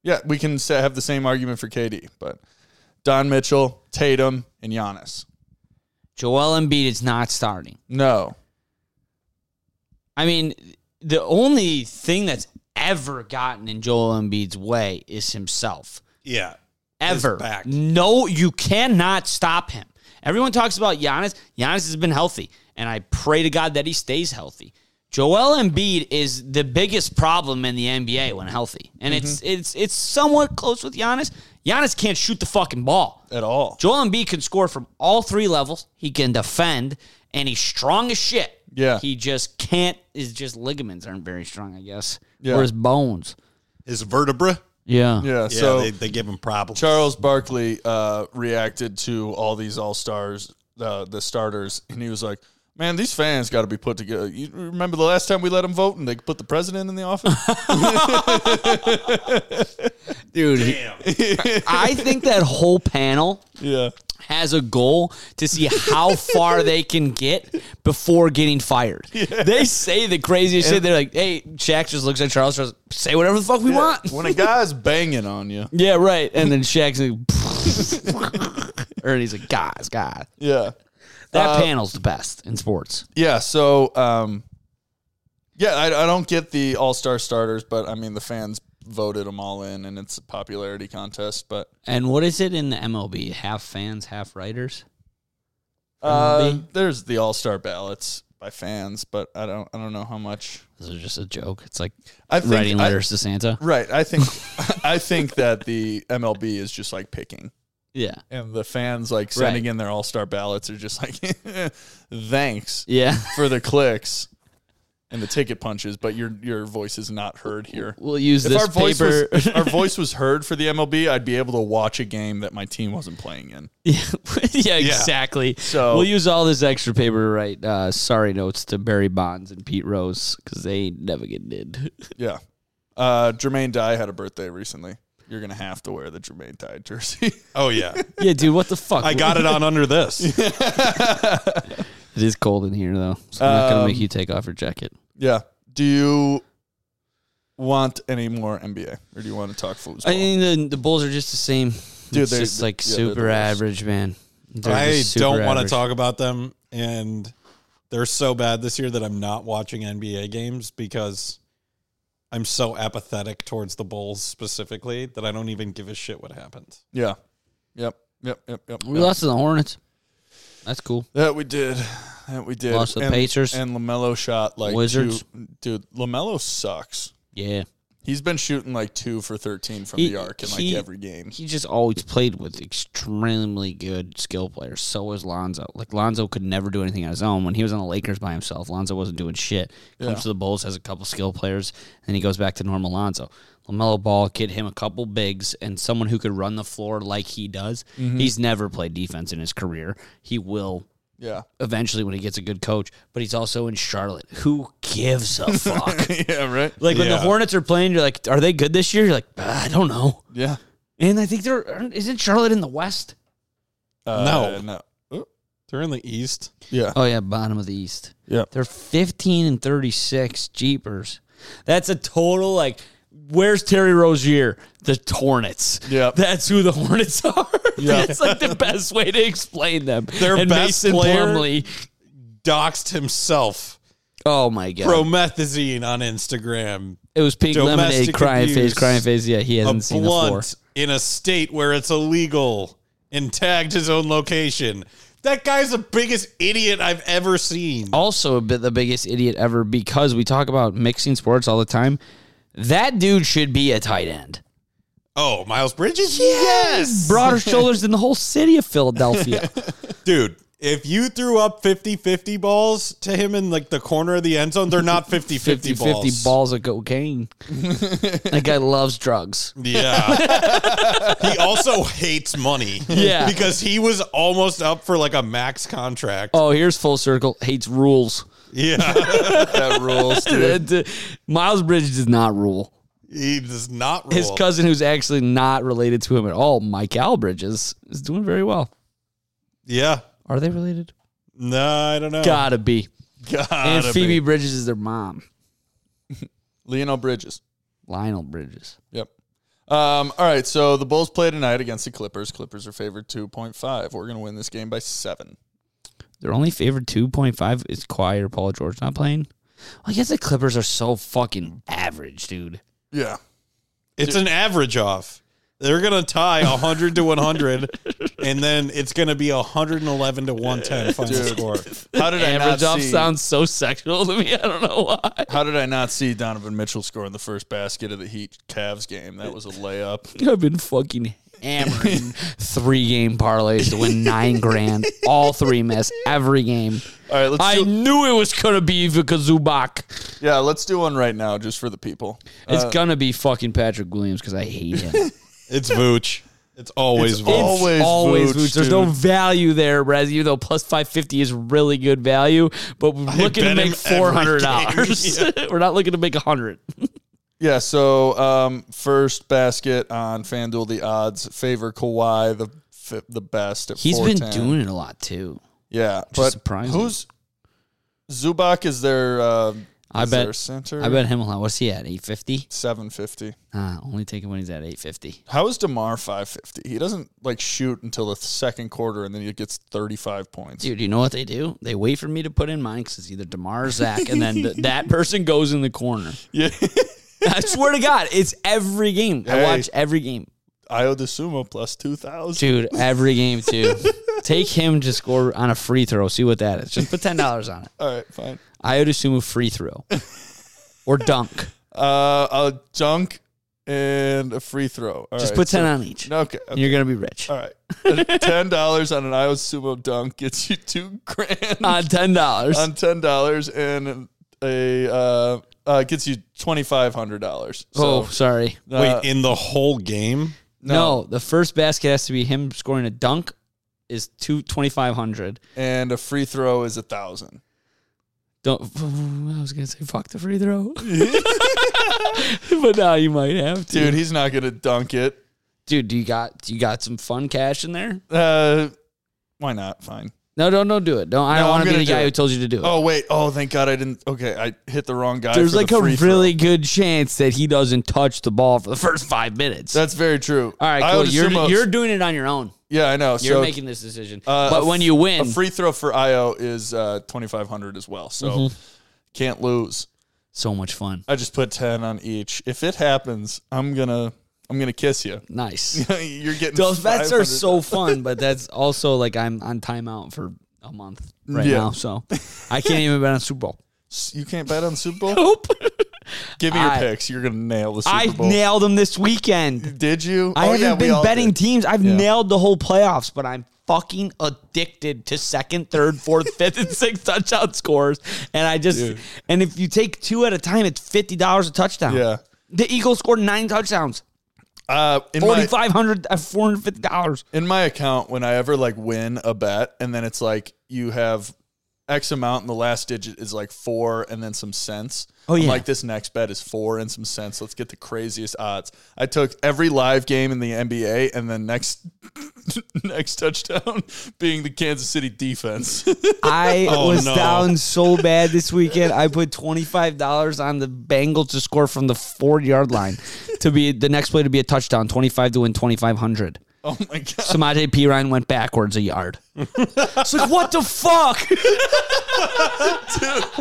Yeah, we can sa- have the same argument for KD, but Don Mitchell, Tatum, and Giannis. Joel Embiid is not starting. No. I mean, the only thing that's ever gotten in Joel Embiid's way is himself. Yeah. Ever. back. No, you cannot stop him. Everyone talks about Giannis. Giannis has been healthy, and I pray to God that he stays healthy. Joel Embiid is the biggest problem in the NBA when healthy, and it's Mm-hmm. it's it's somewhat close with Giannis. Giannis can't shoot the fucking ball. At all. Joel Embiid can score from all three levels. He can defend, and he's strong as shit. Yeah. he just can't. His just ligaments aren't very strong, I guess, Yeah. or his bones. His vertebra. Yeah, yeah, Yeah, so they, they give him problems. Charles Barkley uh, reacted to all these All Stars, uh, the starters, and he was like, Man, these fans got to be put together. You remember the last time we let them vote and they put the president in the office? dude. he- I think that whole panel yeah. has a goal to see how far they can get before getting fired. They say the craziest shit. They're like, "Hey, Shaq just looks at Charles. Charles, say whatever the fuck we want." when a guy's banging on you. Yeah, right. And then Shaq's like, or he's like, "Guys, guys, Yeah. that Uh, panel's the best in sports." Yeah. So, um, yeah, I, I don't get the all star starters, but I mean, the fans voted them all in, and it's a popularity contest. But And what is it in the MLB? Half fans, half writers. uh, there's the all star ballots by fans, but I don't I don't know how much. This is just a joke. It's like I think writing I- letters to Santa. Right. I think I think that the MLB is just like picking. Yeah, And the fans like sending Right. in their all star ballots are just like, thanks yeah. for the clicks and the ticket punches, but your your voice is not heard here. We'll use if this our voice paper. was if our voice was heard for the MLB, I'd be able to watch a game that my team wasn't playing in. Yeah, yeah, exactly. So- we'll use all this extra paper to write uh, sorry notes to Barry Bonds and Pete Rose because they ain't never getting in. Yeah. Uh, Jermaine Dye had a birthday recently. You're gonna have to wear the Jermaine Dye jersey. Oh, yeah. yeah, dude, what the fuck? I got it on under this. It is cold in here though, so I'm not gonna make you take off your jacket. yeah. Do you want any more NBA, or do you want to talk football? I mean, the, the Bulls are just the same. Dude, it's they- just like yeah, they're the super worst. average, man. They're I just super don't want to average. talk about them. And they're so bad this year that I'm not watching NBA games because I'm so apathetic towards the Bulls specifically that I don't even give a shit what happened. yeah. Yep. Yep. Yep. Yep. We yep. lost to the Hornets. That's cool. That we did. That we did. Lost to the and, Pacers. and Lamelo shot like Wizards. two- dude, Lamelo sucks. Yeah, He's been shooting like two for thirteen from He- the arc in like he- every game. he just always played with extremely good skill players. So was Lonzo. Like Lonzo could never do anything on his own. When he was on the Lakers by himself, Lonzo wasn't doing shit. Comes to the Bulls, has a couple skill players, and he goes back to normal Lonzo. Lamelo Ball get him a couple bigs and Mm-hmm. someone who could run the floor like he does. He's never played defense in his career. He will Yeah. eventually when he gets a good coach, but he's also in Charlotte. Who gives a fuck? yeah, right? like when the Yeah. Hornets are playing, you're like, are they good this year? You're like, "Ah, I don't know. Yeah. And I think they're isn't Charlotte in the West? Uh, No. No. Uh, They're in the East. Yeah. Oh yeah, bottom of the East. Yep. They're 15 and 36 Jeepers. That's a total like where's Terry Rozier? The Hornets. Yep. That's who the Hornets are. That's like the best way to explain them. Their best player- Plumlee- Doxed himself. Oh my god. Promethazine on Instagram. it was pink domestic lemonade crying face abuse. crying face. Yeah, he A hasn't seen the floor. blunt in a state where it's illegal and tagged his own location. That guy's the biggest idiot I've ever seen. also a bit the biggest idiot ever because we talk about mixing sports all the time. That dude should be a tight end. Oh, Miles Bridges? Broader shoulders than the whole city of Philadelphia. Dude, if you threw up 50-50 balls to him in like the corner of the end zone, they're not 50-50, 50 balls. 50 balls of cocaine. that guy loves drugs. Yeah. he also hates money. Yeah. Because he was almost up for like a max contract. Oh, here's full circle. Hates rules. Yeah. That rules, dude. Miles Bridges does not rule. he does not rule. His cousin, who's actually not related to him at all, Mike Al Bridges, is doing very well. yeah. Are they related? No, I don't know. Gotta be. Oh. Gotta And be. Phoebe Bridges is their mom, Lionel Bridges. Lionel Bridges. Yep. Um, all right, so the Bulls play tonight against the Clippers. Clippers are favored 2.5. We're going to win this game by seven. They're only favored two point five. Is Kawhi or Paul George not playing? I guess the Clippers are so fucking average, dude. Yeah. It's an average off. They're gonna tie hundred to one hundred, and then it's gonna be hundred and eleven to one ten final score. How did I not Average off see, sounds so sexual to me. I don't know why. How did I not see Donovan Mitchell scoring the first basket of the Heat Cavs game? That was a layup. I've been fucking hammering three game parlays to win nine grand. All three miss every game. All right, let's I do, knew it was gonna be Vika Zubac. yeah, let's do one right now just for the people. It's gonna be fucking Patrick Williams because I hate him. It's Vooch. It's always It's Vooch. all- Always Vooch, always Vooch. There's no dude. value there, Rez. Even though plus five fifty is really good value, but we're looking to bet make him four hundred every dollars. game. we're not looking to make a hundred. Yeah, so um, first basket on FanDuel, the odds favor Kawhi the fi- the best. At He's 410. it a lot too. yeah, but surprising. who's Zubac is their uh, I is bet- their center. I bet him a lot. What's he at? Eight fifty. seven fifty. Ah, only take him when he's at eight fifty. How is Demar five fifty? He doesn't like shoot until the second quarter, and then he gets thirty five points. Dude, you know what they do? They wait for me to put in mine because it's either Demar or Zach, and then th- that person goes in the corner. Yeah, I swear to God, it's every game. I Hey. watch every game, Io DeSumo plus two thousand. dude. Every game too. Take him to score on a free throw. See what that is. Just put ten dollars on it. All right, fine. Iodosumu free throw or dunk. Uh, a dunk and a free throw. All Just right, put so- ten on each. Okay, okay. And you're gonna be rich All right. Ten dollars on an Iowa sumo dunk gets you two grand. on Uh, ten dollars. on ten dollars and a uh, uh, gets you twenty five hundred dollars. oh, So, sorry. uh, Wait, in the whole game? No. the first basket has to be him scoring a dunk. Is two twenty five hundred. and a free throw is a thousand. Don't. I was gonna say fuck the free throw, but now you might have to, Dude, he's not gonna dunk it. Dude, do you got do you got some fun cash in there? Uh, why not? Fine. No, don't don't do it. No, I No, don't want I'm to be gonna the do guy it. who told you to do it. Oh wait. Oh, thank God I didn't. Okay, I hit the wrong guy. There's for like the a free throw. really good chance that he doesn't touch the ball for the first five minutes. That's very true. All right, Iowa cool. You're Sumo- you're doing it on your own. yeah, I know. You're so, making this decision. Uh, but a when f- you a win, free throw for Io is uh, twenty five hundred as well. So Mm-hmm. can't lose. so much fun. I just put ten on each. If it happens, I'm gonna I'm gonna kiss you. Nice. You're getting Those bets 500. are so fun, but that's also like I'm on timeout for a month right Yeah. now, so I can't even bet on Super Bowl. you can't bet on the Super Bowl. Nope. Give me your I- picks. You're gonna nail the Super I Bowl. nailed them this weekend. Did you? I Oh, haven't yeah, we been all betting did. teams. I've Yeah. nailed the whole playoffs, but I'm fucking addicted to second, third, fourth, fifth, and sixth touchdown scores. And I just and if you take two at a time, it's fifty dollars a touchdown. Yeah. The Eagles scored nine touchdowns. Uh, in Forty my, five hundred, uh, four hundred fifty dollars. in my account, when I ever like win a bet, and then it's like you have X amount, and the last digit is like four, and then some cents. Oh, I'm yeah. like this next bet is four and some cents. Let's get the craziest odds. I took every live game in the NBA, and then next next touchdown being the Kansas City defense. I Oh, was no. down so bad this weekend. I put twenty five dollars on the Bengals to score from the four yard line to be the next play to be a touchdown. Twenty five to win twenty five hundred. oh my god! Samaj P Ryan went backwards a yard. it's like what the fuck?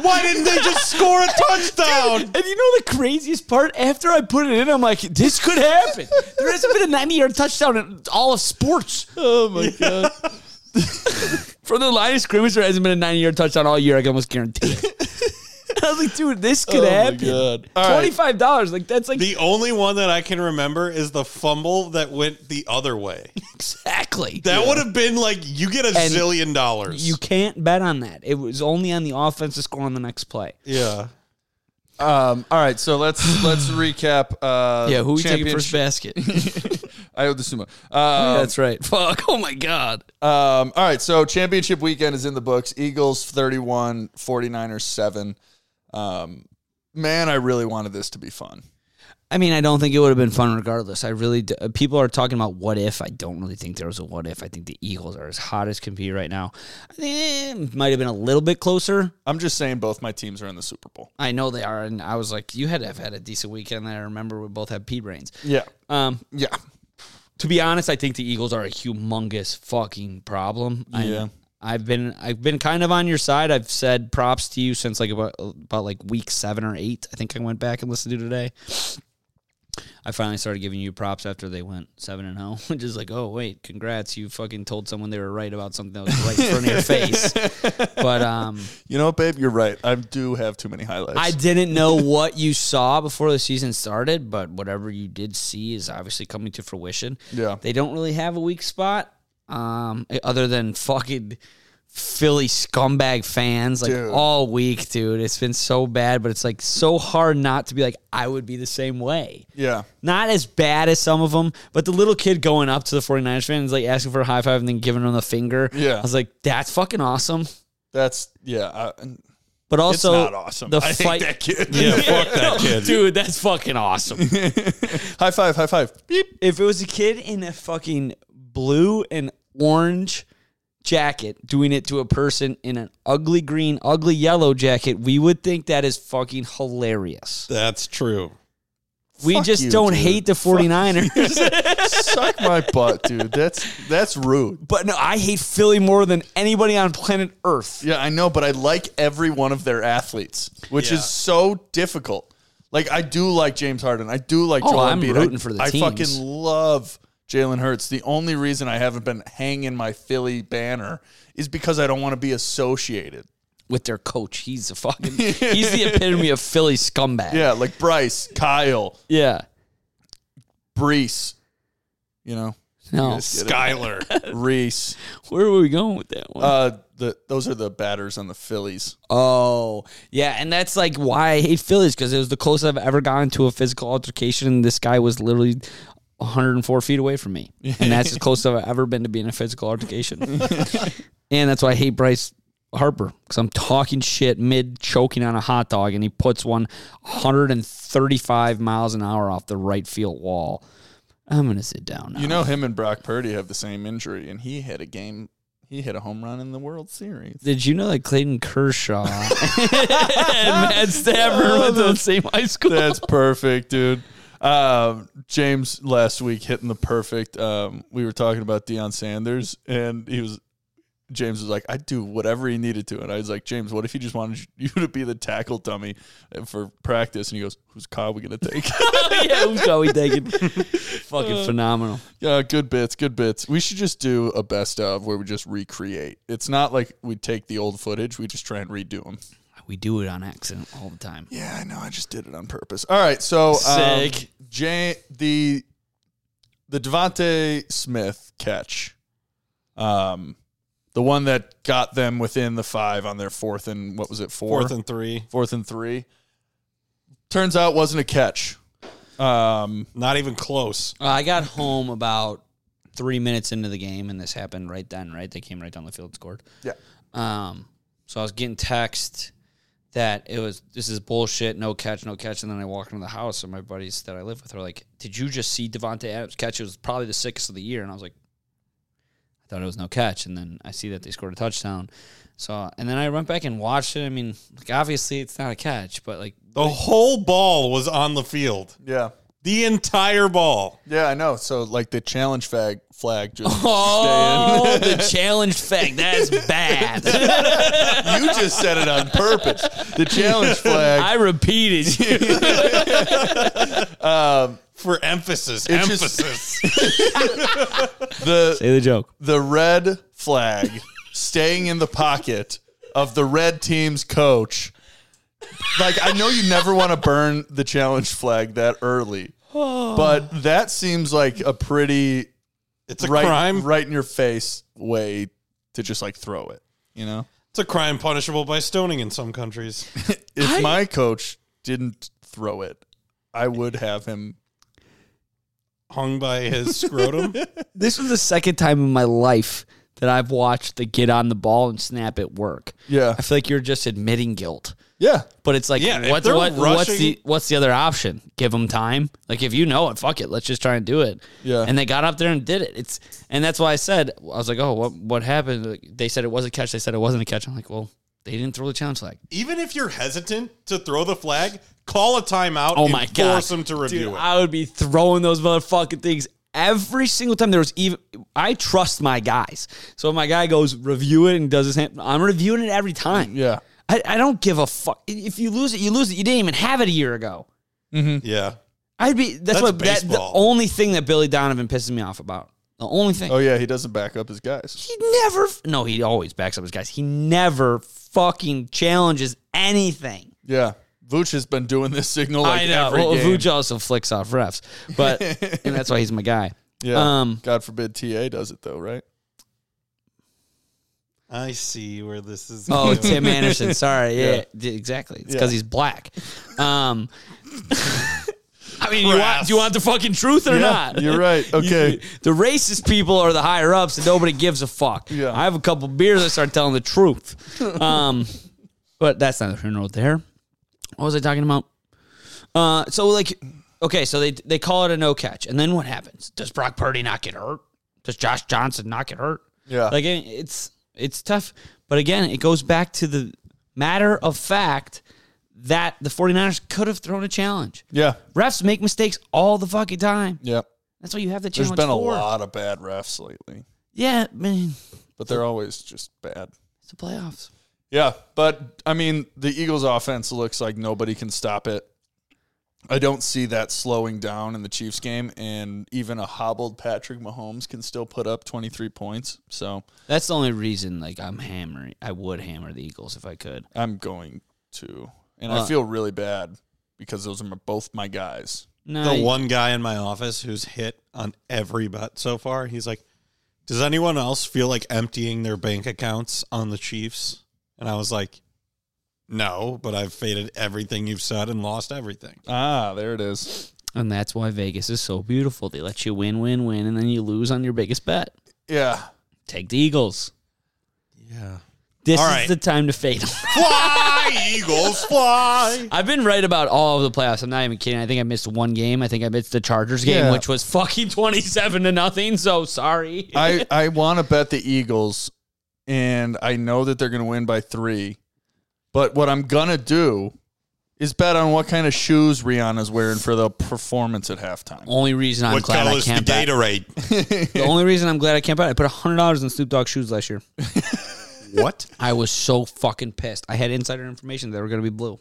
Why didn't they just score a touchdown? And you know the craziest part? After I put it in, I'm like, this could happen. There hasn't been a 90 yard touchdown in all of sports. Oh my god! From the line of scrimmage, there hasn't been a 90 yard touchdown all year. I can almost guarantee it. I was like, dude, this could Oh my happen. God. All right. $25. Like, that's like The only one that I can remember is the fumble that went the other way. exactly. That would have been like you get a And zillion dollars. you can't bet on that. It was only on the offense to score on the next play. yeah. Um, all right, so let's let's recap. Uh, championship- basket? I owe the sumo. Um, that's right. Fuck. Oh, my God. Um, all right, so championship weekend is in the books. Eagles 31, 49ers 7. Um, man, I really wanted this to be fun. I mean, I don't think it would have been fun regardless. I really d uh, people are talking about what if. I don't really think there was a what if. I think the Eagles are as hot as can be right now. I think it might have been a little bit closer. I'm just saying both my teams are in the Super Bowl. I know they are, and I was like, you had to have had a decent weekend. I remember we both had pea brains. Yeah. Um, Yeah. to be honest, I think the Eagles are a humongous fucking problem. I- Yeah. I've been I've been kind of on your side. I've said props to you since like about about like week seven or eight. I think I went back and listened to today. I finally started giving you props after they went seven and zero, which is like, oh wait, congrats! You fucking told someone they were right about something that was right in front of your face. But um, You know what, babe? You're right. I do have too many highlights. I didn't know what you saw before the season started, but whatever you did see is obviously coming to fruition. Yeah. They don't really have a weak spot, um, other than fucking Philly scumbag fans like Dude. all week, dude. It's been so bad, but it's like so hard not to be like, I would be the same way. yeah. Not as bad as some of them, but the little kid going up to the 49ers fans, like asking for a high five and then giving them the finger. Yeah. I was like, that's fucking awesome. That's, yeah. I, But also, it's not awesome. the I fight. hate that kid. Yeah, fuck that kid. Dude, that's fucking awesome. high five, high five. Beep. if it was a kid in a fucking blue and orange jacket doing it to a person in an ugly green, ugly yellow jacket, we would think that is fucking hilarious. That's true. we Fuck just you, don't dude. hate the 49ers. Suck my butt, dude. That's that's rude. but no, I hate Philly more than anybody on planet Earth. Yeah, I know, but I like every one of their athletes, which Yeah. is so difficult. Like I do like James Harden. I do like Oh, Joel I'm Embiid. I- rooting for the I teams. fucking love Jalen Hurts. The only reason I haven't been hanging my Philly banner is because I don't want to be associated. With their coach, he's a fucking he's the epitome of Philly scumbag. Yeah, like Bryce, Kyle, Yeah. Brees, you know, No. Skyler. Reese. Where were we going with that one? Uh, the those are the batters on the Phillies. Oh, yeah. And that's like why I hate Phillies because it was the closest I've ever gotten to a physical altercation. And this guy was literally 104 feet away from me. And that's as close as I've ever been to being in a physical altercation. and that's why I hate Bryce Harper because I'm talking shit mid choking on a hot dog and he puts one 135 miles an hour off the right field wall. I'm going to sit down now. You know, him and Brock Purdy have the same injury, and he hit a game. He hit a home run in the World Series. did you know that Clayton Kershaw and Matt Stafford went to the same high school? That's perfect, dude. Um, James last week hitting the perfect. Um, we were talking about Deion Sanders, and he was. James was like, I'd do whatever he needed to. And I was like, James, what if he just wanted you to be the tackle dummy for practice? And he goes, Who's Cobb we going to take? yeah, who's Joey Dagan? Fucking phenomenal. Yeah, good bits, good bits. We should just do a best of where we just recreate. It's not like we take the old footage, we just try and redo them. We do it on accident all the time. Yeah, I know. I just did it on purpose. All right, so um, Sick. Jay, the the Devonte Smith catch, um, the one that got them within the five on their fourth and what was it four Fourth and three. fourth and three, turns out wasn't a catch. Um, Not even close. Uh, I got home about three minutes into the game, and this happened right then. Right, they came right down the field, and scored. Yeah. Um. So I was getting text that it was this is bullshit, no catch, no catch, and then I walk into the house and my buddies that I live with are like, "Did you just see Devonte Adams catch? It was probably the sickest of the year." And I was like, "I thought it was no catch," and then I see that they scored a touchdown. So and then I went back and watched it. I mean, like obviously it's not a catch, but like The whole ball was on the field. yeah. The entire ball. Yeah, I know. So like the challenge flag flag just Oh, the challenge fag. That's bad. staying. You just said it on purpose. The challenge flag. I repeated you. For emphasis. It's just- emphasis. The the joke. the red flag staying in the pocket of the red team's coach. Like I know you never want to burn the challenge flag that early. But that seems like a pretty it's a right, crime. right in your face way to just like throw it. You know, It's a crime punishable by stoning in some countries. if my coach didn't throw it, I would have him. Hung by his scrotum. This was the second time in my life that I've watched the get on the ball and snap it work. Yeah, I feel like you're just admitting guilt. yeah, But it's like, Yeah, if what's, they're what, what's rushing- the what's the other option? Give them time. Like if you know it, fuck it, let's just try and do it. Yeah. And they got up there and did it. It's and that's why I said I was like, oh, what what happened? Like, They said it was a catch. They said it wasn't a catch. I'm like, well, they didn't throw the challenge flag. Even if you're hesitant to throw the flag, call a timeout Oh and my god! force them to review Dude, it. I would be throwing those motherfucking things every single time. There was even I trust my guys, so if my guy goes review it and does his hand, I'm reviewing it every time. yeah. I, I don't give a fuck. If you lose it, you lose it. You didn't even have it a year ago. yeah. I'd be that's, That's what that, the baseball. only thing that Billy Donovan pisses me off about. The only thing Oh yeah, he doesn't back up his guys. he never no he always backs up his guys. He never fucking challenges anything. Yeah, Vooch has been doing this signal like I know. every Well, game. Vooch also flicks off refs, but and that's why he's my guy. yeah, Um, God forbid TA does it though, right? I see where this is Oh, going. Tim Anderson. Sorry. Yeah, Yeah. d- exactly. It's Yeah. because he's black. Um, I mean, you want, Brass. do you want the fucking truth or Yeah, not? you're right. You- Okay. the racist people are the higher ups, and nobody gives a fuck. Yeah. I have a couple beers. I start telling the truth. Um, but that's not the note there. What was I talking about? Uh, so like, okay, so they they call it a no catch, and then what happens? Does Brock Purdy not get hurt? Does Josh Johnson not get hurt? Yeah, Like it- it's it's tough, but again, it goes back to the matter of fact that the 49ers could have thrown a challenge. yeah, Refs make mistakes all the fucking time. yeah. That's why you have the There's challenge been a for. lot of bad refs lately, Yeah, man, but they're always just bad. it's the playoffs. Yeah, but I mean, the Eagles' offense looks like nobody can stop it. I don't see that slowing down in the Chiefs game, and even a hobbled Patrick Mahomes can still put up 23 points. So That's the only reason. Like I'm hammering. I would hammer the Eagles if I could. I'm going to, and Uh. I feel really bad because those are my, both my guys. No, the you- one guy in my office who's hit on every bet so far. He's like, "Does anyone else feel like emptying their bank accounts on the Chiefs?" And I was like, "No, but I've faded everything you've said and lost everything." Ah, there it is. and that's why Vegas is so beautiful. They let you win, win, win, and then you lose on your biggest bet. Yeah, Take the Eagles. Yeah. This All is right. the time to fade. Fly, Eagles, fly. I've been right about all of the playoffs. I'm not even kidding. I think I missed one game. I think I missed the Chargers game, Yeah. which was fucking 27 to nothing. So sorry. I I want to bet the Eagles, and I know that they're going to win by three. But what I'm gonna do is bet on what kind of shoes Rihanna's wearing for the performance at halftime. only reason I'm What glad I color's the can't bet. Gatorade? The only reason I'm glad I can't bet. I put hundred dollars in Snoop Dogg shoes last year. what? I was so fucking pissed. I had insider information that they were going to be blue,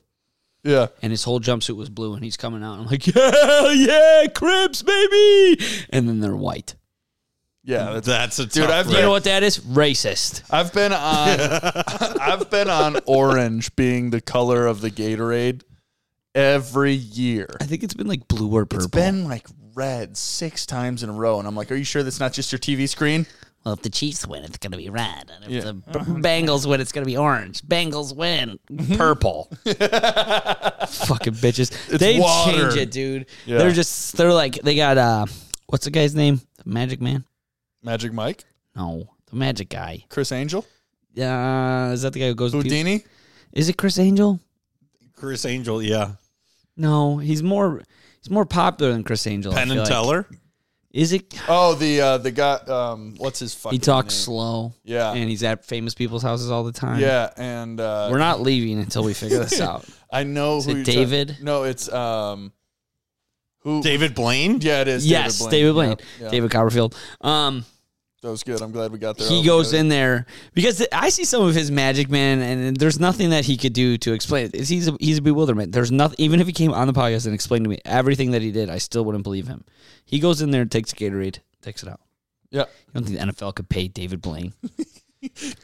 Yeah, and his whole jumpsuit was blue, and he's coming out. I'm like, yeah, yeah, Crips, baby. And then they're white. Mm. yeah. That's, That's a Dude, tough I've- You rate. know what that is? Racist. I've been on I've been on orange being the color of the Gatorade every year. I think it's been like blue or purple. It's been like red six times in a row, and I'm like, "Are you sure that's not just your TV screen?" Well, if the Chiefs win, it's going to be red. And if Yeah. the B- Bengals win, it's going to be orange. Bengals win, purple. Fucking bitches. they water. change it, dude. Yeah. They're just, they're like, they got, uh, what's the guy's name? The Magic Man? Magic Mike, No, the Magic guy. Chris Angel, Uh, is that the guy who goes to people? Houdini. Is it Chris Angel? Chris Angel, yeah. No, he's more, he's more popular than Chris Angel. I Penn feel and like. Teller. Is it? Oh, the uh, the guy. Um, what's his fucking? He talks name? slow. Yeah. And he's at famous people's houses all the time. Yeah, and uh, We're not leaving until we figure this out. I know Is who it you're ta- David? no, it's um, who? David Blaine. Yeah, it is. yes, David Blaine, Yep, yep. David Copperfield. Um, That was good. I'm glad we got there. he goes in there because I see some of his magic, man, and there's nothing that he could do to explain it. It's- He's a, he's a bewilderment. There's nothing. Even if he came on the podcast and explained to me everything that he did, I still wouldn't believe him. He goes in there and takes a Gatorade, takes it out. Yeah, You don't think the NFL could pay David Blaine?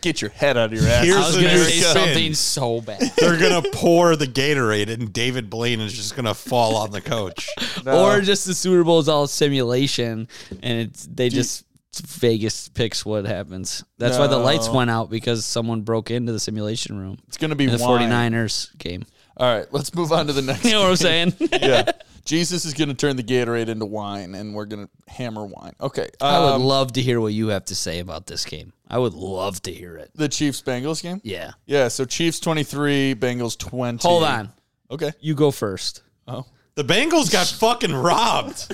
get your head out of your ass. Here's I was an going to say American. something so bad. They're gonna pour the Gatorade, and David Blaine is just gonna fall on the coach. No. Or just the Super Bowl is all simulation, and it's they just Vegas picks what happens. That's why the lights No. went out because someone broke into the simulation room it's gonna be in the wine. 49ers game. All right, let's move on to the next. You know what I'm saying? yeah, Jesus is gonna turn the Gatorade into wine, and we're gonna hammer wine. Okay, I would um, love to hear what you have to say about this game. I would love to hear it. the Chiefs Bengals game. Yeah. Yeah, so Chiefs 23, Bengals 20. Hold on. Okay. You go first. Oh. The Bengals got fucking robbed.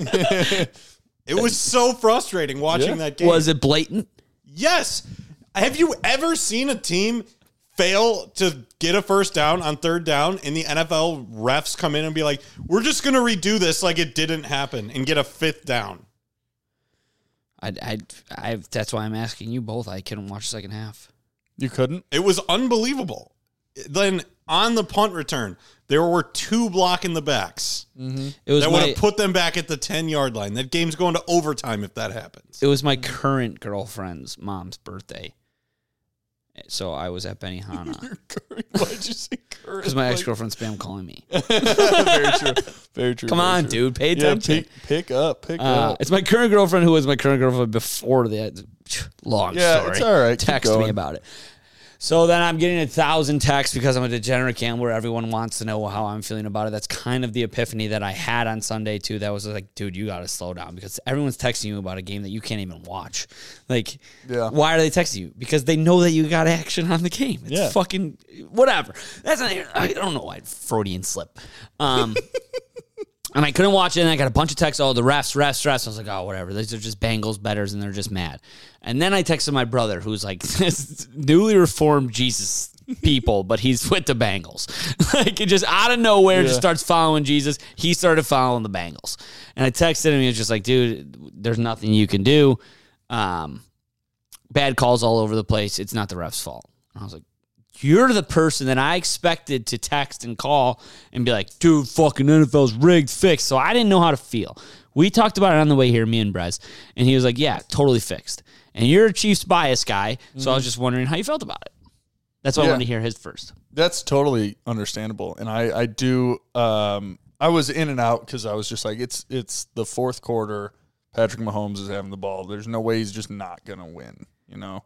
it was so frustrating watching Yeah. that game. Was it blatant? Yes. Have you ever seen a team fail to get a first down on third down and the NFL refs come in and be like, we're just going to redo this like it didn't happen and get a fifth down? I, I, I, that's why I'm asking you both. I couldn't watch second half. You couldn't? It was unbelievable. Then on the punt return, there were two blocking the backs It was that would my, have put them back at the 10 yard line. That game's going to overtime if that happens. it was Mm. my current girlfriend's mom's birthday, so I was at Benihana Why'd you say current? because my ex girlfriend spam calling me. very true. Very true. Come very on, true. dude, pay Yeah, attention. pick, pick up. Pick Uh, up. it's my current girlfriend who was my current girlfriend before that. Long Yeah, story. it's all right. Keep Text me going. about it. So then I'm getting a thousand texts because I'm a degenerate gambler. Everyone wants to know how I'm feeling about it. That's kind of the epiphany that I had on Sunday too. That was like, dude, you got to slow down because everyone's texting you about a game that you can't even watch. Like, Yeah. why are they texting you? Because they know that you got action on the game. It's Yeah. fucking whatever. That's not, I don't know why Freudian slip. Um, and I couldn't watch it. And I got a bunch of texts. Oh, the refs, refs, refs. I was like, oh, whatever. These are just Bengals betters, and they're just mad. And then I texted my brother, who's like this newly reformed Jesus people, but he's with the Bengals. like it just out of nowhere, just starts following Jesus. He started following the Bengals, and I texted him. He was just like, dude, there's nothing you can do. Um, bad calls all over the place. It's not the ref's fault. And I was like, you're the person that I expected to text and call and be like, dude, fucking NFL's rigged, fixed. So I didn't know how to feel. We talked about it on the way here, me and Brez, and he was like, yeah, totally fixed. And you're a Chiefs bias guy, so I was just wondering how you felt about it. That's why I Mhm. Yeah. wanted to hear his first. That's totally understandable. And I, I do, um, I was in and out because I was just like, it's, it's the fourth quarter. Patrick Mahomes is having the ball. There's no way he's just not going to win, you know?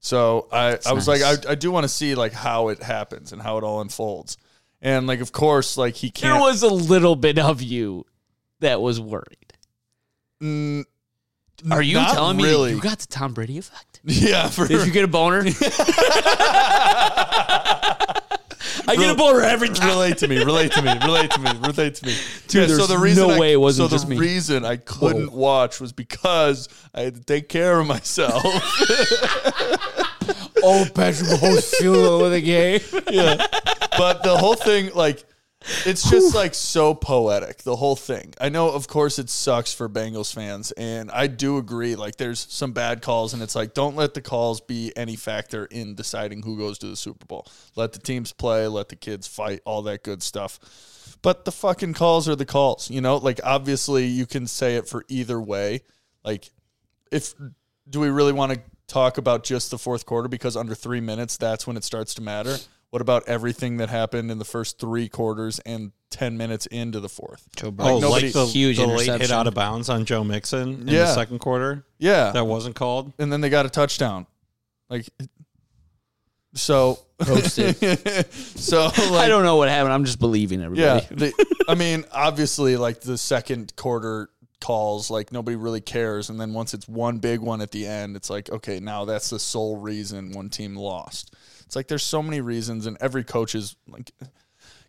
So I, I was nice. like, I, I do want to see like how it happens and how it all unfolds. And like, of course, like he There can't. was a little bit of you that was worried. Mm, Are you not telling me that really. you got the Tom Brady effect? Yeah, for Did you get a boner? I get a boner every time. relate to me, relate to me, relate to me, relate to me. Dude, Yeah, there's no I, way it wasn't so just the me. Oh. reason I couldn't watch was because I had to take care of myself. Oh, Patrick Mahomes fuel with a game. but the whole thing, like, it's just like so poetic. The whole thing. I know, of course, it sucks for Bengals fans, and I do agree. Like, there's some bad calls, and it's like, don't let the calls be any factor in deciding who goes to the Super Bowl. Let the teams play, let the kids fight, all that good stuff. But the fucking calls are the calls, you know. Like, obviously, you can say it for either way. Like, if do we really want to talk about just the fourth quarter because under three minutes that's when it starts to matter What about everything that happened in the first three quarters and ten minutes into the fourth? Joe Oh, Burrow. nobody- like the, Huge the late hit interception. out of bounds on Joe Mixon in Yeah. the second quarter Yeah, that wasn't called. and then they got a touchdown. Like, so, Roasted. so I like, don't know what happened. I'm just believing yeah. everybody. the- I mean, obviously, like the second quarter calls, like nobody really cares, and then once it's one big one at the end, it's like, okay, now that's the sole reason one team lost. It's like there's so many reasons, and every coach is like,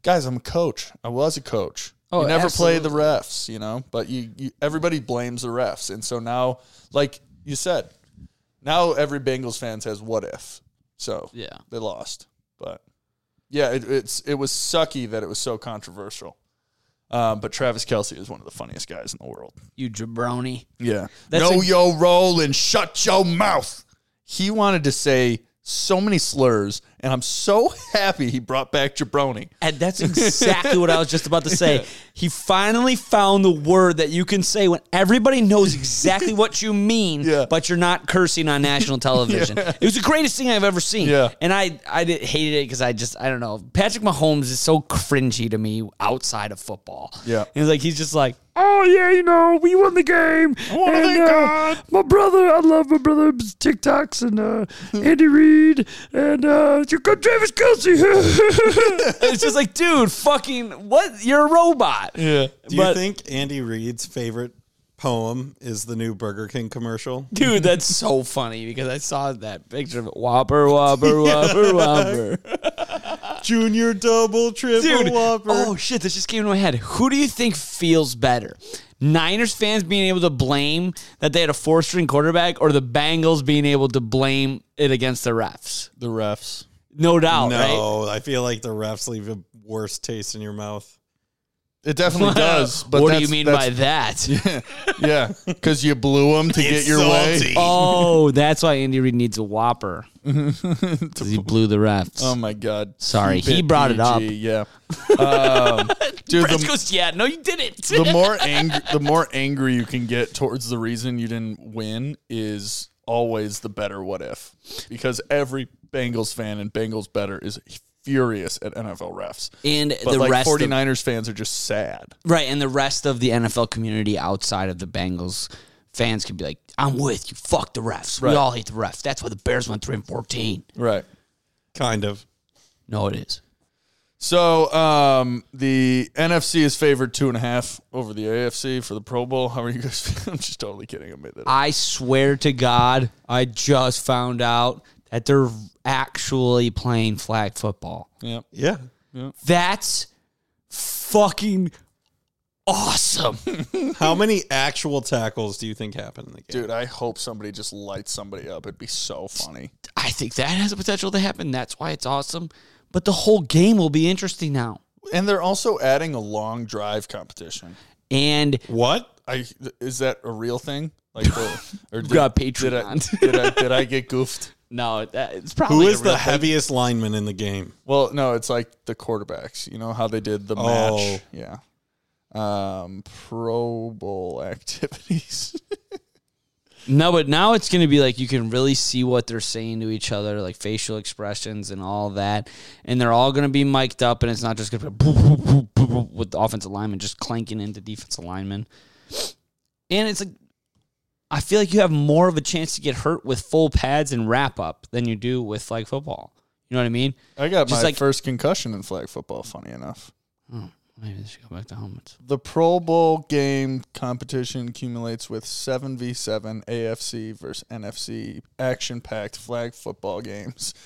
guys, I'm a coach. I was a coach. Oh, you never play the absolutely. refs, you know, but you, you everybody blames the refs, and so now, like you said, now every Bengals fan says, "What if?" So Yeah. they lost, but yeah, it, it's it was sucky that it was so controversial. Um, but Travis Kelsey is one of the funniest guys in the world. You jabroni. Yeah, That's know a- your role and shut your mouth. He wanted to say so many slurs, and I'm so happy he brought back jabroni. And that's exactly what I was just about to say. He finally found the word that you can say when everybody knows exactly what you mean, Yeah. but you're not cursing on national television. It was the greatest thing I've ever seen. Yeah. And I, I did, hated it because I just, I don't know. Patrick Mahomes is so cringy to me outside of football. Yeah. And he's like, he's just like, oh, yeah, you know, we won the game. wanna And, thank uh, God." my brother, I love my brother's TikToks and uh, Andy Reid and uh, your good Travis Kelsey. it's just like, dude, fucking what? You're a robot. Yeah, Do But- you think Andy Reid's favorite poem is the new Burger King commercial? Dude, that's so funny because I saw that picture of it. Whopper, whopper, whopper, whopper. Junior double triple Dude, whopper. oh shit, this just came to my head. Who do you think feels better? Niners fans being able to blame that they had a four string quarterback or the Bengals being able to blame it against the refs? the refs. No doubt, right? no, I feel like the refs leave a worse taste in your mouth. It definitely does. But what do you that's- that's- mean by that? Yeah, because you blew them to get your way. Oh, that's why Andy Reid needs a whopper. 'Cause he blew the refs. Oh my god! Sorry, Keep he brought it up. Yeah, um, dude. Brett The, goes, yeah, no, you didn't. the more angry, the more angry you can get towards the reason you didn't win is always the better. What if? Because every Bengals fan and Bengals better is furious at NFL refs. and But the like rest, 49ers fans are just sad. of, right? And the rest of the NFL community outside of the Bengals fans could be like, "I'm with you. Fuck the refs. Right. We all hate the refs. That's why the Bears went three and fourteen. Right. Kind of. No, it is. So um, the NFC is favored two and a half over the AFC for the Pro Bowl. How are you guys? feeling? I'm just totally kidding. I made that. up. I swear to God, I just found out that they're actually playing flag football. Yeah. Yeah. That's fucking awesome. How many actual tackles do you think happened in the game? Dude, I hope somebody just lights somebody up. It'd be so funny. I think that has the potential to happen. That's why it's awesome. But the whole game will be interesting now. And they're also adding a long drive competition. And What? I is that a real thing? Like, the, or did, Got did I, Patreon. did I did I get goofed? no, that- it's probably Who a is the real- heaviest lineman in the game? Well, no, it's like the quarterbacks. You know how they did the match? Yeah. Um, Pro Bowl activities. no? But now it's going to be like you can really see what they're saying to each other, like facial expressions and all that. And they're all going to be mic'd up, and it's not just going to be boop, boop, boop, boop, boop, with the offensive lineman just clanking into defensive linemen. And it's like I feel like you have more of a chance to get hurt with full pads and wrap up than you do with like football. You know what I mean? I got Just my like- first concussion in flag football. Funny enough, Maybe they should go back to helmets. the Pro Bowl game competition accumulates with seven v seven AFC versus NFC action packed flag football games.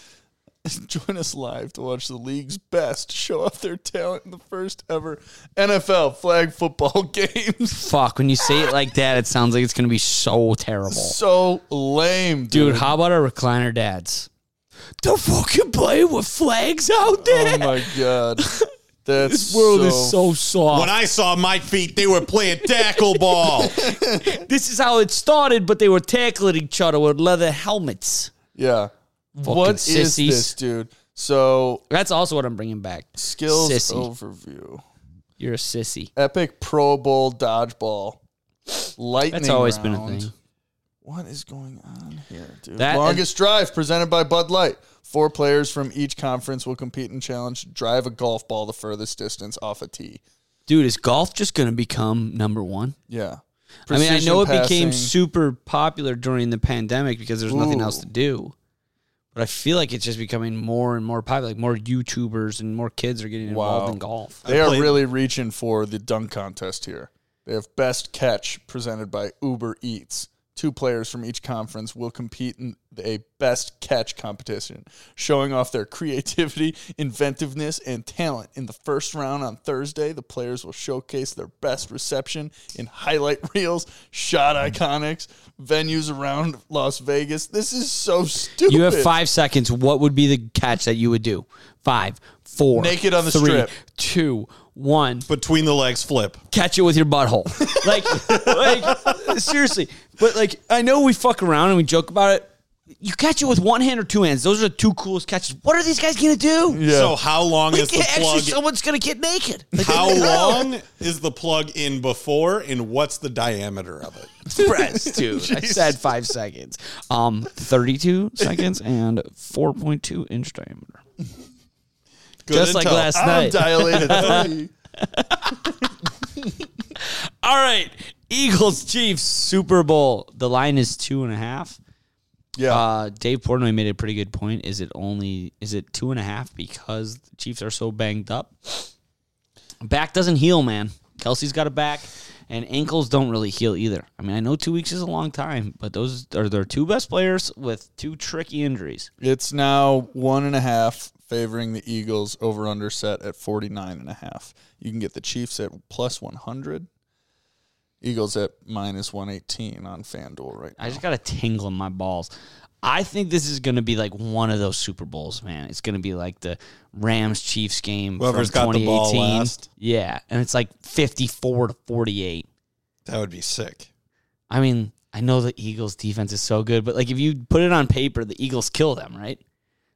Join us live to watch the league's best show off their talent in the first ever NFL flag football games. Fuck, when you say it like that, it sounds like it's going to be so terrible. so lame, Dude, dude. how about our recliner dads? They're fucking playing with flags out there. oh my god, that's this world is so soft. I saw my feet, they were playing tackle ball. this is how it started, but they were tackling each other with leather helmets. yeah. What is sissies. this, dude? So That's also what I'm bringing back. skills Sissy. overview. You're a sissy. Epic Pro Bowl dodgeball. Lightning That's always round. been a thing. What is going on here, dude? That- Longest drive presented by Bud Light. Four players from each conference will compete in challenge to drive a golf ball the furthest distance off a tee. Dude, is golf just going to become number one? Yeah. I mean, I know it Precision became passing. super popular during the pandemic because there's nothing Ooh. else to do. But I feel like it's just becoming more and more popular. Like more YouTubers and more kids are getting involved Wow. in golf. They I are played- really reaching for the dunk contest here. They have best catch presented by Uber Eats. Two players from each conference will compete in a best catch competition, showing off their creativity, inventiveness, and talent. In the first round on Thursday, the players will showcase their best reception in highlight reels, shot iconics, venues around Las Vegas. This is so stupid. You have five seconds. What would be the catch that you would do? Five, four, Naked on the three, strip. two, one. Between the legs flip. catch it with your butthole. Like, like seriously. But like, I know we fuck around and we joke about it. You catch it with one hand or two hands. Those are the two coolest catches. What are these guys gonna do? Yeah. So how long is the Like, actually, plug? someone's gonna get naked. Like, how long is the plug in before, and what's the diameter of it? press, dude? I said five seconds. Um, thirty-two seconds and four point two inch diameter. Good Just like intel. last I'm night. dilated. three. All right, Eagles Chiefs Super Bowl. The line is two and a half. yeah. Uh, Dave Portnoy made a pretty good point. Is it only is it two and a half because the Chiefs are so banged up? Back doesn't heal, man. Kelsey's got a back, and ankles don't really heal either. I mean, I know two weeks is a long time, but those are their two best players with two tricky injuries. It's now one and a half favoring the Eagles over under set at 49 and a half. You can get the Chiefs at plus 100. Eagles at minus 118 on FanDuel right now. I just got a tingle in my balls. I think this is going to be like one of those Super Bowls, man. It's going to be like the Rams Chiefs game Whoever's from got the 2018. ball last. Yeah, and it's like 54 to 48. That would be sick. I mean, I know the Eagles' defense is so good, but like if you put it on paper, the Eagles kill them, right?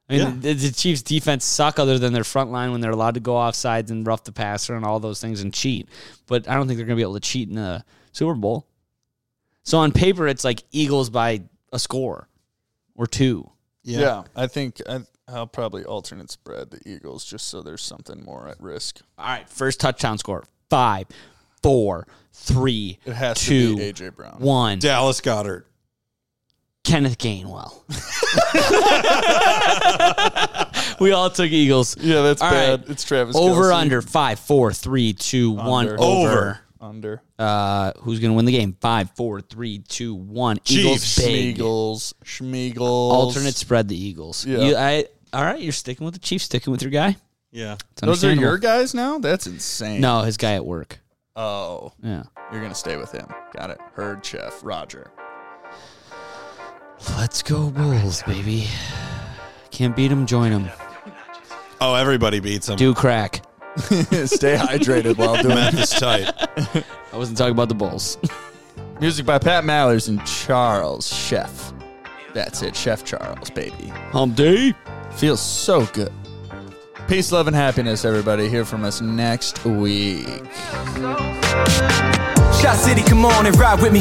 I mean, Yeah. the, the Chiefs' defense suck other than their front line when they're allowed to go off sides and rough the passer and all those things and cheat. But I don't think they're going to be able to cheat in the Super Bowl. So on paper, it's like Eagles by a score or two. yeah. I think I, I'll probably alternate spread the Eagles just so there's something more at risk. All right, first touchdown score five, four, three, It has two, to be AJ Brown. one. Dallas Goddard. Kenneth Gainwell. we all took Eagles. Yeah, that's All bad. right. It's Travis Over Kelce. under five, four, three, two, one. Under. Over. Under. Uh, who's gonna win the game? Five, four, three, two, one. Eagles Chiefs. big. Schmeagles. Schmeagles. Alternate spread the Eagles. Yeah. You, I, all right, you're sticking with the Chiefs. Sticking with your guy. Yeah. It's Those are your understandable. guys now? That's insane. No, his guy at work. Oh. Yeah. You're going to stay with him. Got it. Heard, Chef. Roger. Let's go Bulls, baby. Can't beat him. Join him. Oh, everybody beats him. Do crack. Stay hydrated while doing Math is tight. I wasn't talking about the Bulls. Music by Pat Mallers and Charles Chef. That's it, Chef Charles, baby. Hump day. Feels so good. Peace, love, and happiness, everybody. Hear from us next week. Shot City, come on and ride with me.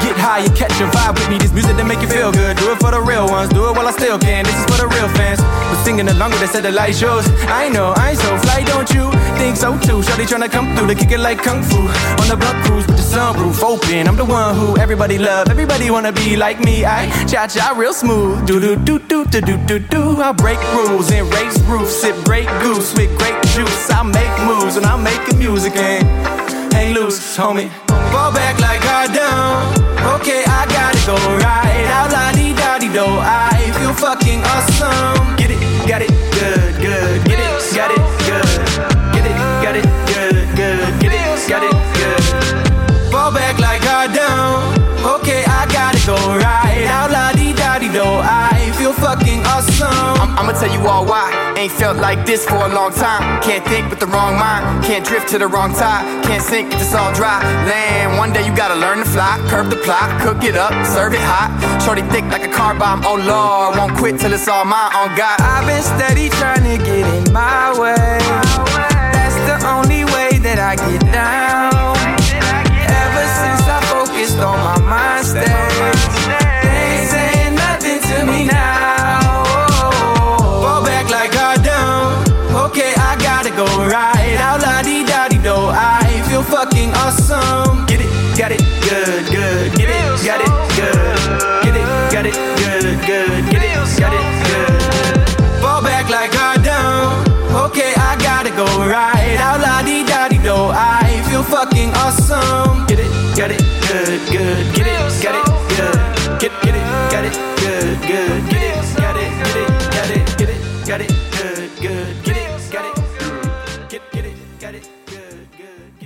Get high and catch a vibe with me. This music that make you feel good. Do it for the real ones. Do it while I still can. This is for the real fans. But singing along with us at the light shows. I know, I ain't so fly, don't you? Think so too. Shawty tryna come through to kick it like kung fu. On the blunt cruise with the sunroof open. I'm the one who everybody love. Everybody wanna be like me. I cha cha real smooth. Do do do do do do do do. I break rules and race roofs. Sip great goose with grape juice. I make moves and I'm making music and hang loose, homie. Fall back like I don't. Okay, I gotta go right out, la di da di do. I feel fucking awesome. Get it, got it, good, good. Get it, got it, good. Get it, got it, good, good. Get it, got it, good. Fall back like I don't. Okay, I gotta go right out, la di da di do. I feel fucking awesome. I'm, I'ma tell you all why. Ain't felt like this for a long time. Can't think with the wrong mind. Can't drift to the wrong tide. Can't sink if it's all dry. Land, one day you gotta learn to fly. Curb the plot, cook it up, serve it hot. Shorty thick like a car bomb. Oh lord, won't quit till it's all mine. On God, I- I've been steady trying to get in my way. That's the only way that I get down. Ever since I focused on my mind state, some. Get it, got it, good, good. Get it, got it, good. Get, get it, got it, good, good. Get it, got it, get it, got it, get it, got it, good, good. Get it, got it, good. Get, get it, got it, good, good. Get it,